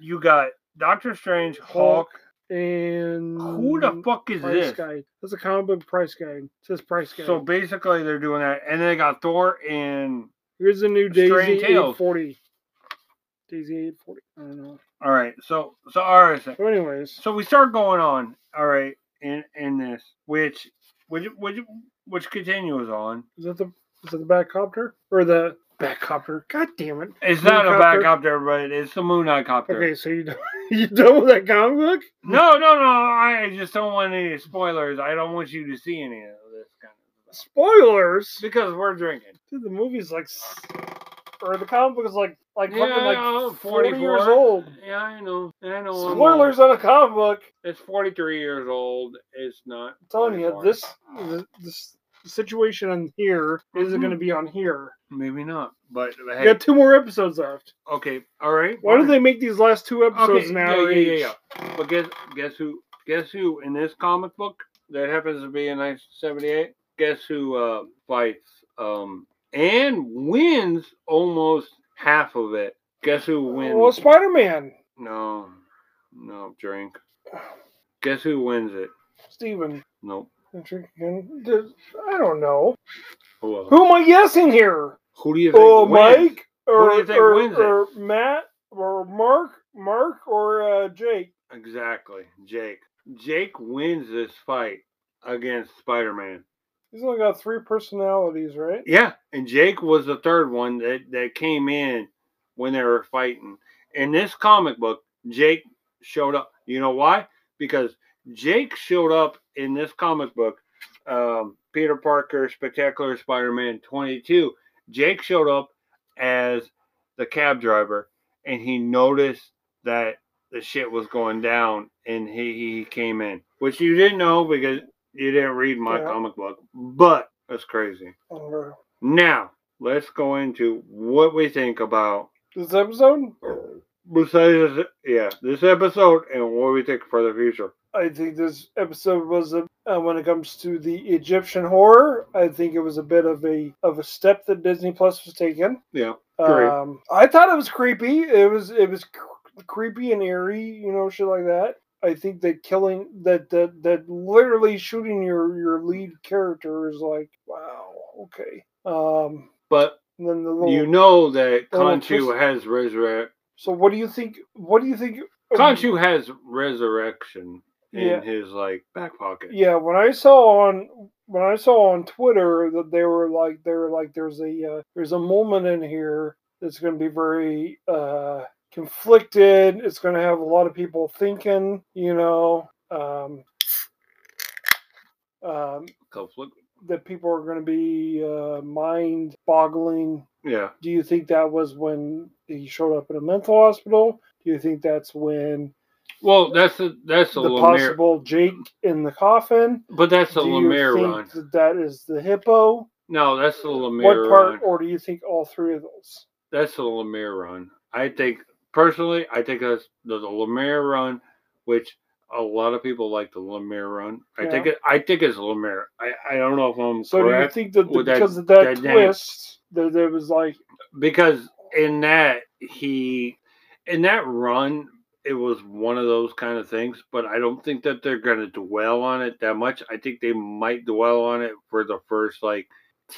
You got Doctor Strange, Hulk. Mm-hmm.
Hulk, And
Who the fuck is
price
this?
guide. That's a comic book price guide. It says price guide.
So basically, they're doing that, and they got Thor and
Here's the new
Strange
Daisy
Tales.
840. Daisy 840. I don't know.
all right. So so all right. so-
So anyways,
so we start going on all right in in this which which which, which continues on
is that the is that the back copter or the back copter? God damn it!
it's not a
Mooncopter.
back copter but it's the moon Knight copter
Okay, so you done, you done with that comic book?
no no no i just don't want any spoilers i don't want you to see any of this kind of stuff
Spoilers.
because we're drinking
Dude, the movie's like, s- or the comic book is like like fucking
Yeah, oh,
like
I'm
forty
44.
years old.
yeah i know i know I'm old.
Spoilers on a comic book.
it's 43 years old it's not
I'm telling you,
anymore.
this this the situation on here isn't going to be on here.
Maybe not. But
We
Mm-hmm. hey,
got two more episodes left.
okay, all right.
Why
all
do
right.
they make these last two episodes an hour
yeah, yeah,
each?
yeah, yeah. But guess guess who? Guess who in this comic book that happens to be in 1978? Guess who uh, fights um, and wins almost half of it? Guess who wins?
Well, Spider Man,
no, no drink. Guess who wins it?
Steven.
Nope.
I don't know.
Who? else?
Who am I guessing here?
Who do you think?
Oh,
wins?
Mike or,
Who do you think
or,
wins it?
or Matt or Mark, Mark or uh, Jake.
Exactly, Jake. Jake wins this fight against Spider-Man.
He's only got three personalities, right?
Yeah, and Jake was the third one that, that came in when they were fighting. In this comic book, Jake showed up. You know why? Because Jake showed up in this comic book, um, Peter Parker, Spectacular Spider Man 22. Jake showed up as the cab driver and he noticed that the shit was going down and he, he came in, which you didn't know because you didn't read my
Yeah.
comic book, but that's crazy.
Or
Now, let's go into what we think about
This episode,
besides this, yeah, this episode and what we think for the future.
I think this episode was a. Uh, when it comes to the Egyptian horror, I think it was a bit of a of a step that Disney Plus was taking.
Yeah. Great.
Um, I thought it was creepy. It was it was cr- creepy and eerie, you know, shit like that. I think that killing that that that literally shooting your your lead character is like wow, okay. Um,
But
and then the little.
you know that
Well, it's
Conchu
just-
has resurrect
so what do you think? What do you think?
Conchu has resurrection in
Yeah.
his like back pocket.
Yeah, when I saw on when I saw on Twitter that they were like they were like there's a uh, there's a moment in here that's going to be very uh conflicted. It's going to have a lot of people thinking, you know, um um
Conflict.
that people are going to be uh mind boggling.
Yeah.
Do you think that was when he showed up in a mental hospital? Do you think that's when
Well, that's a that's a
the
Lemire,
possible Jake in the coffin?
but that's a
do you
Lemire
think
run.
that that is the hippo?
No, that's a Lemire
what part,
run.
or do you think all three of those?
That's the Lemire run. I think personally, I think that's the, the Lemire run, which a lot of people like the Lemire run. I think it, I think it's Lemire. I, I don't know if I'm
So
correct
do you think that the,
with that-
because of that,
that name.
twist, that there was like,
because in that he in that run it was one of those kind of things, but I don't think that they're going to dwell on it that much. I think they might dwell on it for the first like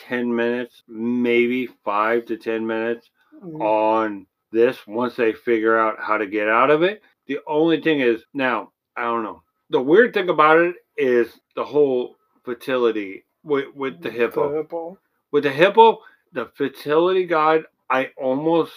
10 minutes, maybe 5 to 10 minutes.
mm,
Mm-hmm. on this once they figure out how to get out of it. The only thing is now, I don't know. The weird thing about it is the whole fertility with, with the hippo. With the hippo, the fertility god, I almost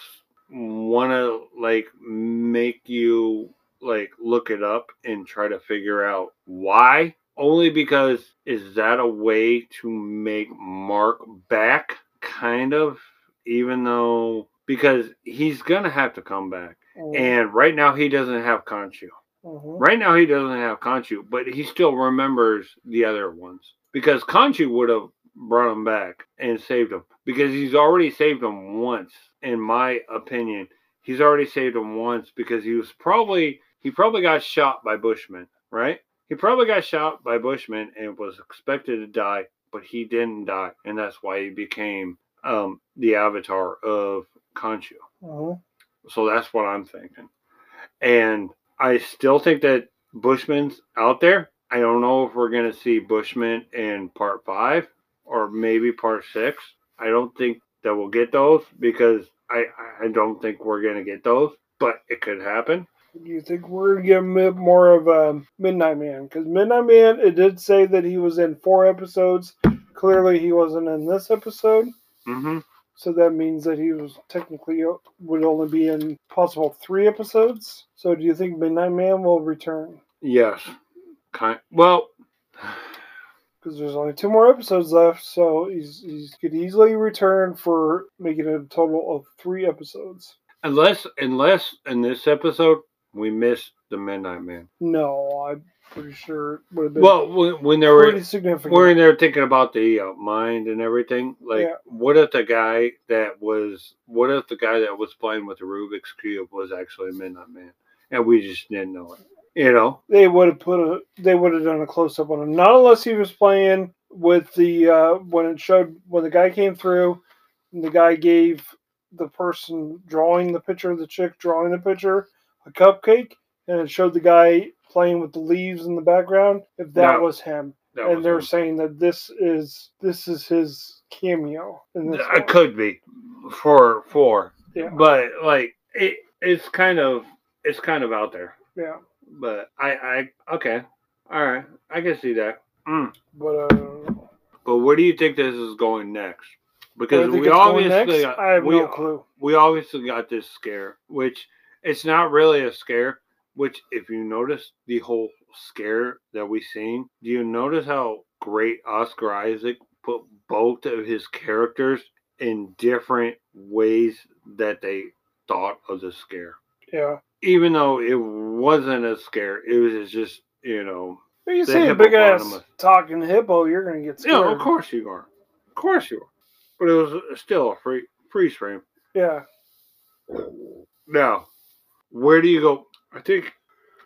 want to like make you like look it up and try to figure out why. Only because is that a way to make Mark back? Kind of, even though because he's gonna have to come back.
Oh,
And right now he doesn't have Conchu.
Mhm.
Right now he doesn't have Conchu, but he still remembers the other ones because Conchu would have brought him back and saved him because he's already saved him once, in my opinion. He's already saved him once because he was probably he probably got shot by Bushman, right? He probably got shot by Bushman and was expected to die, but he didn't die, and that's why he became um, the avatar of Conchu.
Mhm.
So that's what I'm thinking. And I still think that Bushman's out there. I don't know if we're going to see Bushman in part five or maybe part six. I don't think that we'll get those because I, I don't think we're going to get those, but it could happen.
Do you think we're gonna get mi- more of um, Midnight Man? Because Midnight Man, it did say that he was in four episodes. Clearly, he wasn't in this episode,
hmm
so that means that he was technically o- would only be in possible three episodes. So, do you think Midnight Man will return?
Yes. Kind, well,
because there's only two more episodes left, so he's he's could easily return for making a total of three episodes.
unless, unless in this episode we miss the Midnight Man.
No, pretty sure it would have been
Well, when, when they were
pretty significant.
we're in there thinking about the uh, mind and everything. Like,
Yeah.
what if the guy that was, what if the guy that was playing with the Rubik's cube was actually Midnight Man, and we just didn't know it? You know,
they would have put a they would have done a close up on him. Not unless he was playing with the uh, when it showed when the guy came through and the guy gave the person drawing the picture, the chick drawing the picture, a cupcake, and it showed the guy playing with the leaves in the background. If that
That-
was him,
that
and
was
they're
him.
saying that this is this is his cameo. In this
it could be for four,
Yeah.
but like it, it's kind of, it's kind of out there.
one. yeah,
But I, I okay, all right, I can see that. Mm.
but uh, I don't know.
But where do you think this is going next?
Where
Because
I think
we
it's going
obviously,
next,
got-
I have
we,
no clue.
we obviously got this scare, which it's not really a scare. Which, if you notice the whole scare that we seen, do you notice how great Oscar Isaac put both of his characters in different ways that they thought of the scare?
Yeah,
Even though it wasn't a scare, it was just, you know,
When you
The
see a big ass
hippopotamus.
talking hippo, you're gonna get scared.
yeah, of course you are. Of course you are. But it was still a free, free stream.
Yeah.
Now, where do you go? I think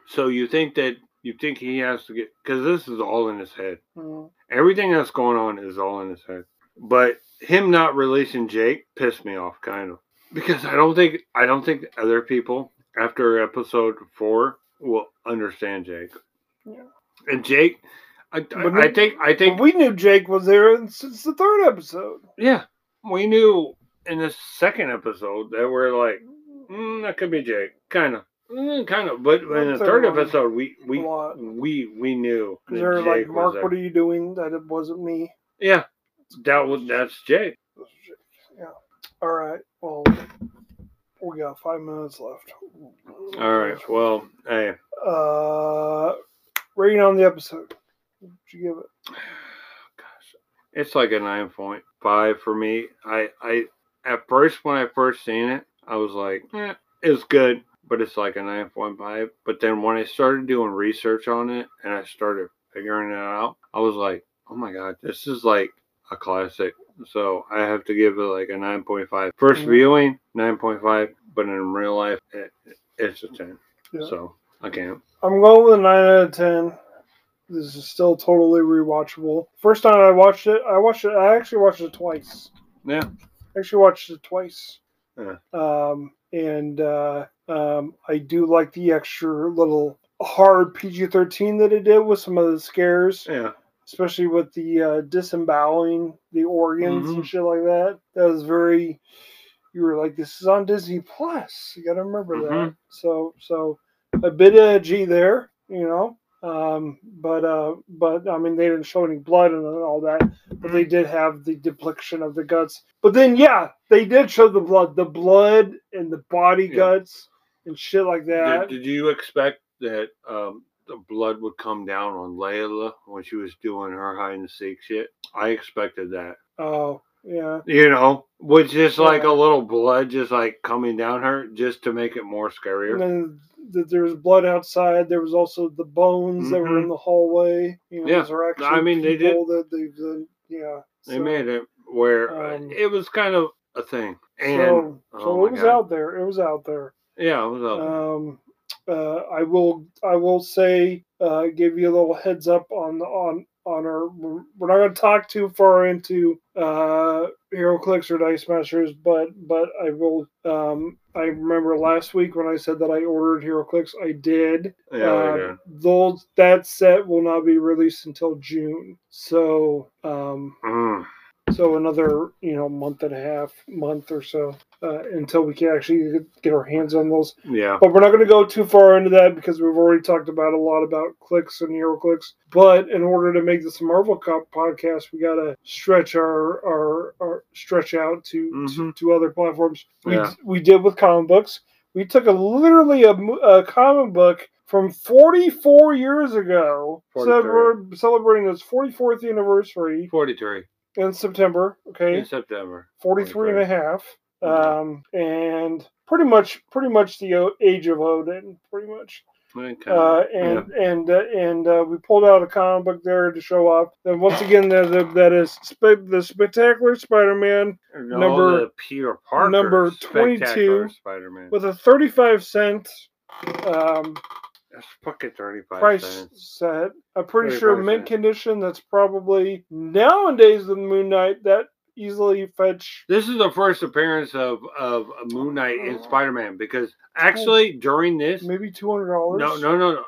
so. You think that you think he has to get because this is all in his head.
Mm.
Everything that's going on is all in his head. But him not releasing Jake pissed me off, kind of, because I don't think I don't think other people after episode four will understand Jake.
Yeah.
And Jake, I,
But
I, I think I think
But we knew Jake was there since the third episode.
yeah, we knew in the second episode that we're like, mm, that could be Jake, kind of, mm, kind of. But in the
That's
third
a lot.
episode, we we
a lot.
we we knew that
They're like,
Jake was
Mark,
there.
what are you doing? That it wasn't me.
yeah, that was that's Jake.
All right. Well, we got five minutes left.
All right, well, hey,
Uh, rating on the episode. What'd you give it?
gosh, it's like a nine point five for me. I I at first when I first seen it, I was like, eh, it's good, but it's like a nine point five. But then when I started doing research on it and I started figuring it out, I was like, oh my god, this is like a classic. So I have to give it like a nine point five. First
Mhm.
viewing, nine point five, but in real life, it, it's a ten.
Yeah.
So I can't.
I'm going with a nine out of ten. This is still totally rewatchable. First time I watched it, I watched it. I actually watched it twice.
Yeah.
I actually watched it twice.
Yeah.
Um, and uh, um, I do like the extra little hard PG-13 that it did with some of the scares
Yeah.
especially with the uh, disemboweling the organs
Mm-hmm.
and shit like that. That was very. You were like, this is on Disney Plus. You got to remember that.
Mhm.
So, so a bit edgy there, you know. Um, but uh, but I mean, they didn't show any blood and all that, but
Mm-hmm.
they did have the depiction of the guts. But then, yeah, they did show the blood, the blood and the body
Yeah.
guts and shit like that.
Did, did you expect that um, the blood would come down on Layla when she was doing her hide and seek shit? I expected that.
Oh, yeah,
You know, with just like
Yeah.
a little blood just like coming down her just to make it more
And
scarier.
then th- there was blood outside. There was also the bones that were in the hallway. You know,
Mm-hmm. Yeah.
those are actually
I mean, they did-
people That they, the, yeah.
They made it where uh,
um,
it was kind of a thing. And
so
oh
so
my
it was
God. Oh.
out there. It was out there.
yeah, it was out there.
Um, uh, I will I will say uh, give you a little heads up on on on our we're we're not going to talk too far into uh, hero clicks or dice masters, but but I will. Um, I remember last week when I said that I ordered hero clicks, I did.
yeah,
Uh,
yeah.
those that set will not be released until June. So um
Mm.
so another you know month and a half month or so uh, until we can actually get our hands on those.
yeah.
But we're not going to go too far into that because we've already talked about a lot about clicks and hero clicks. But in order to make this a Marvel Cup podcast, we got to stretch our, our our stretch out to
Mhm.
to other platforms. We,
Yeah.
we did with comic books. We took a literally a, mo- a comic book from 44 years ago. So
43.
we're celebrating its 44th anniversary
43
in September. Okay,
in September.
43 and a half.
Mm-hmm.
Um, and pretty much, pretty much the o- age of uh, Odin. Pretty much.
Okay.
Uh, and and uh, and uh, we pulled out a comic book there to show off. And once again, that that- that is sp- the spectacular Spider-Man
And all
number-
the Peter Parker
number
spectacular
22
Spider-Man.
with a 35 cent um,
That's fucking thirty-five
price
cents.
set. I'm pretty
35
sure mint
cents.
condition. That's probably nowadays with Moon Knight that easily fetch.
This is the first appearance of of Moon Knight in Spider-Man because actually during this, no,
Maybe two hundred dollars.
no, no, no,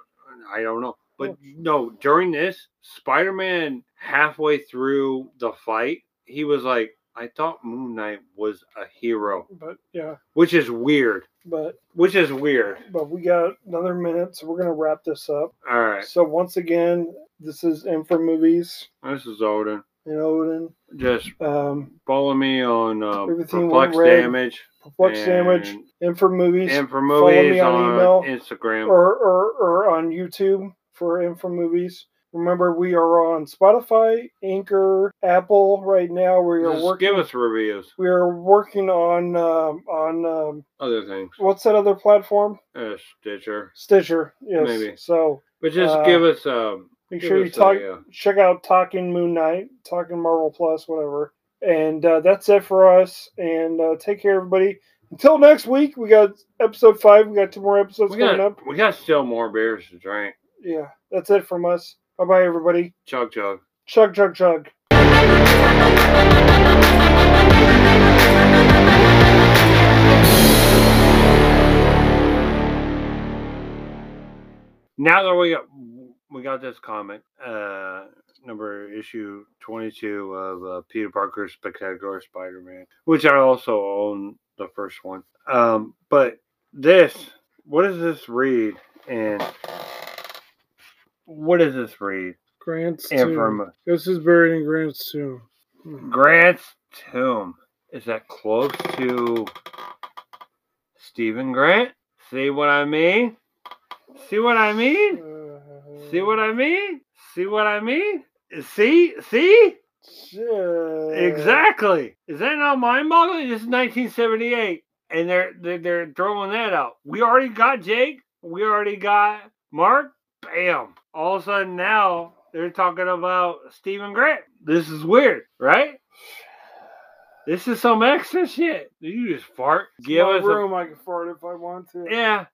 I don't know, but no, during this, Spider-Man halfway through the fight, he was like, "I thought Moon Knight was a hero,"
But yeah,
which is weird.
but
Which is weird.
but we got another minute, so we're gonna wrap this up.
All right,
So once again, this is M for movies
this is Odin.
and Odin.
Just
Um,
follow me on uh,
Everything went
perplex
red.
damage
Perplex Sandwich,
And-
and for movies,
and for
Follow me
movies
on
on,
email.
Instagram.
or, or or on YouTube for info movies. Remember, we are on Spotify, Anchor, Apple right now. We are
Just
working.
give us reviews.
we are working on um, on um,
Other things,
what's that other platform?
uh, Stitcher.
Stitcher. Yes.
Maybe.
So
But just
Uh,
give us um.
make
give
sure you
us
talk.
a, uh,
check out Talking Moon Knight, Talking Marvel Plus, whatever. And uh, that's it for us. And uh, take care, everybody. Until next week, we got episode five. We got two more episodes
we
coming up.
got we got still more beers to drink.
Yeah, that's it from us. Bye bye, everybody.
Chug chug.
Chug, chug, chug.
Now that we got we got this comic, uh, number issue twenty two of uh, Peter Parker's Spectacular Spider Man, which I also own the first one. Um, but this, what does this read? And what does this read?
Grant's
And from
This is buried in Grant's tomb.
Grant's tomb. Is that close to Stephen Grant? See what I mean? See what I mean?
Uh,
See what I mean? See what I mean? See? See? Exactly. Is that not mind-boggling? This is 1978, and they're they're, they're throwing that out. We already got Jake. We already got Mark. Bam! All of a sudden now they're talking about Stephen Grant. This is weird, right? This is some extra shit. You just fart. Give us a
room. I can fart if I want to.
yeah.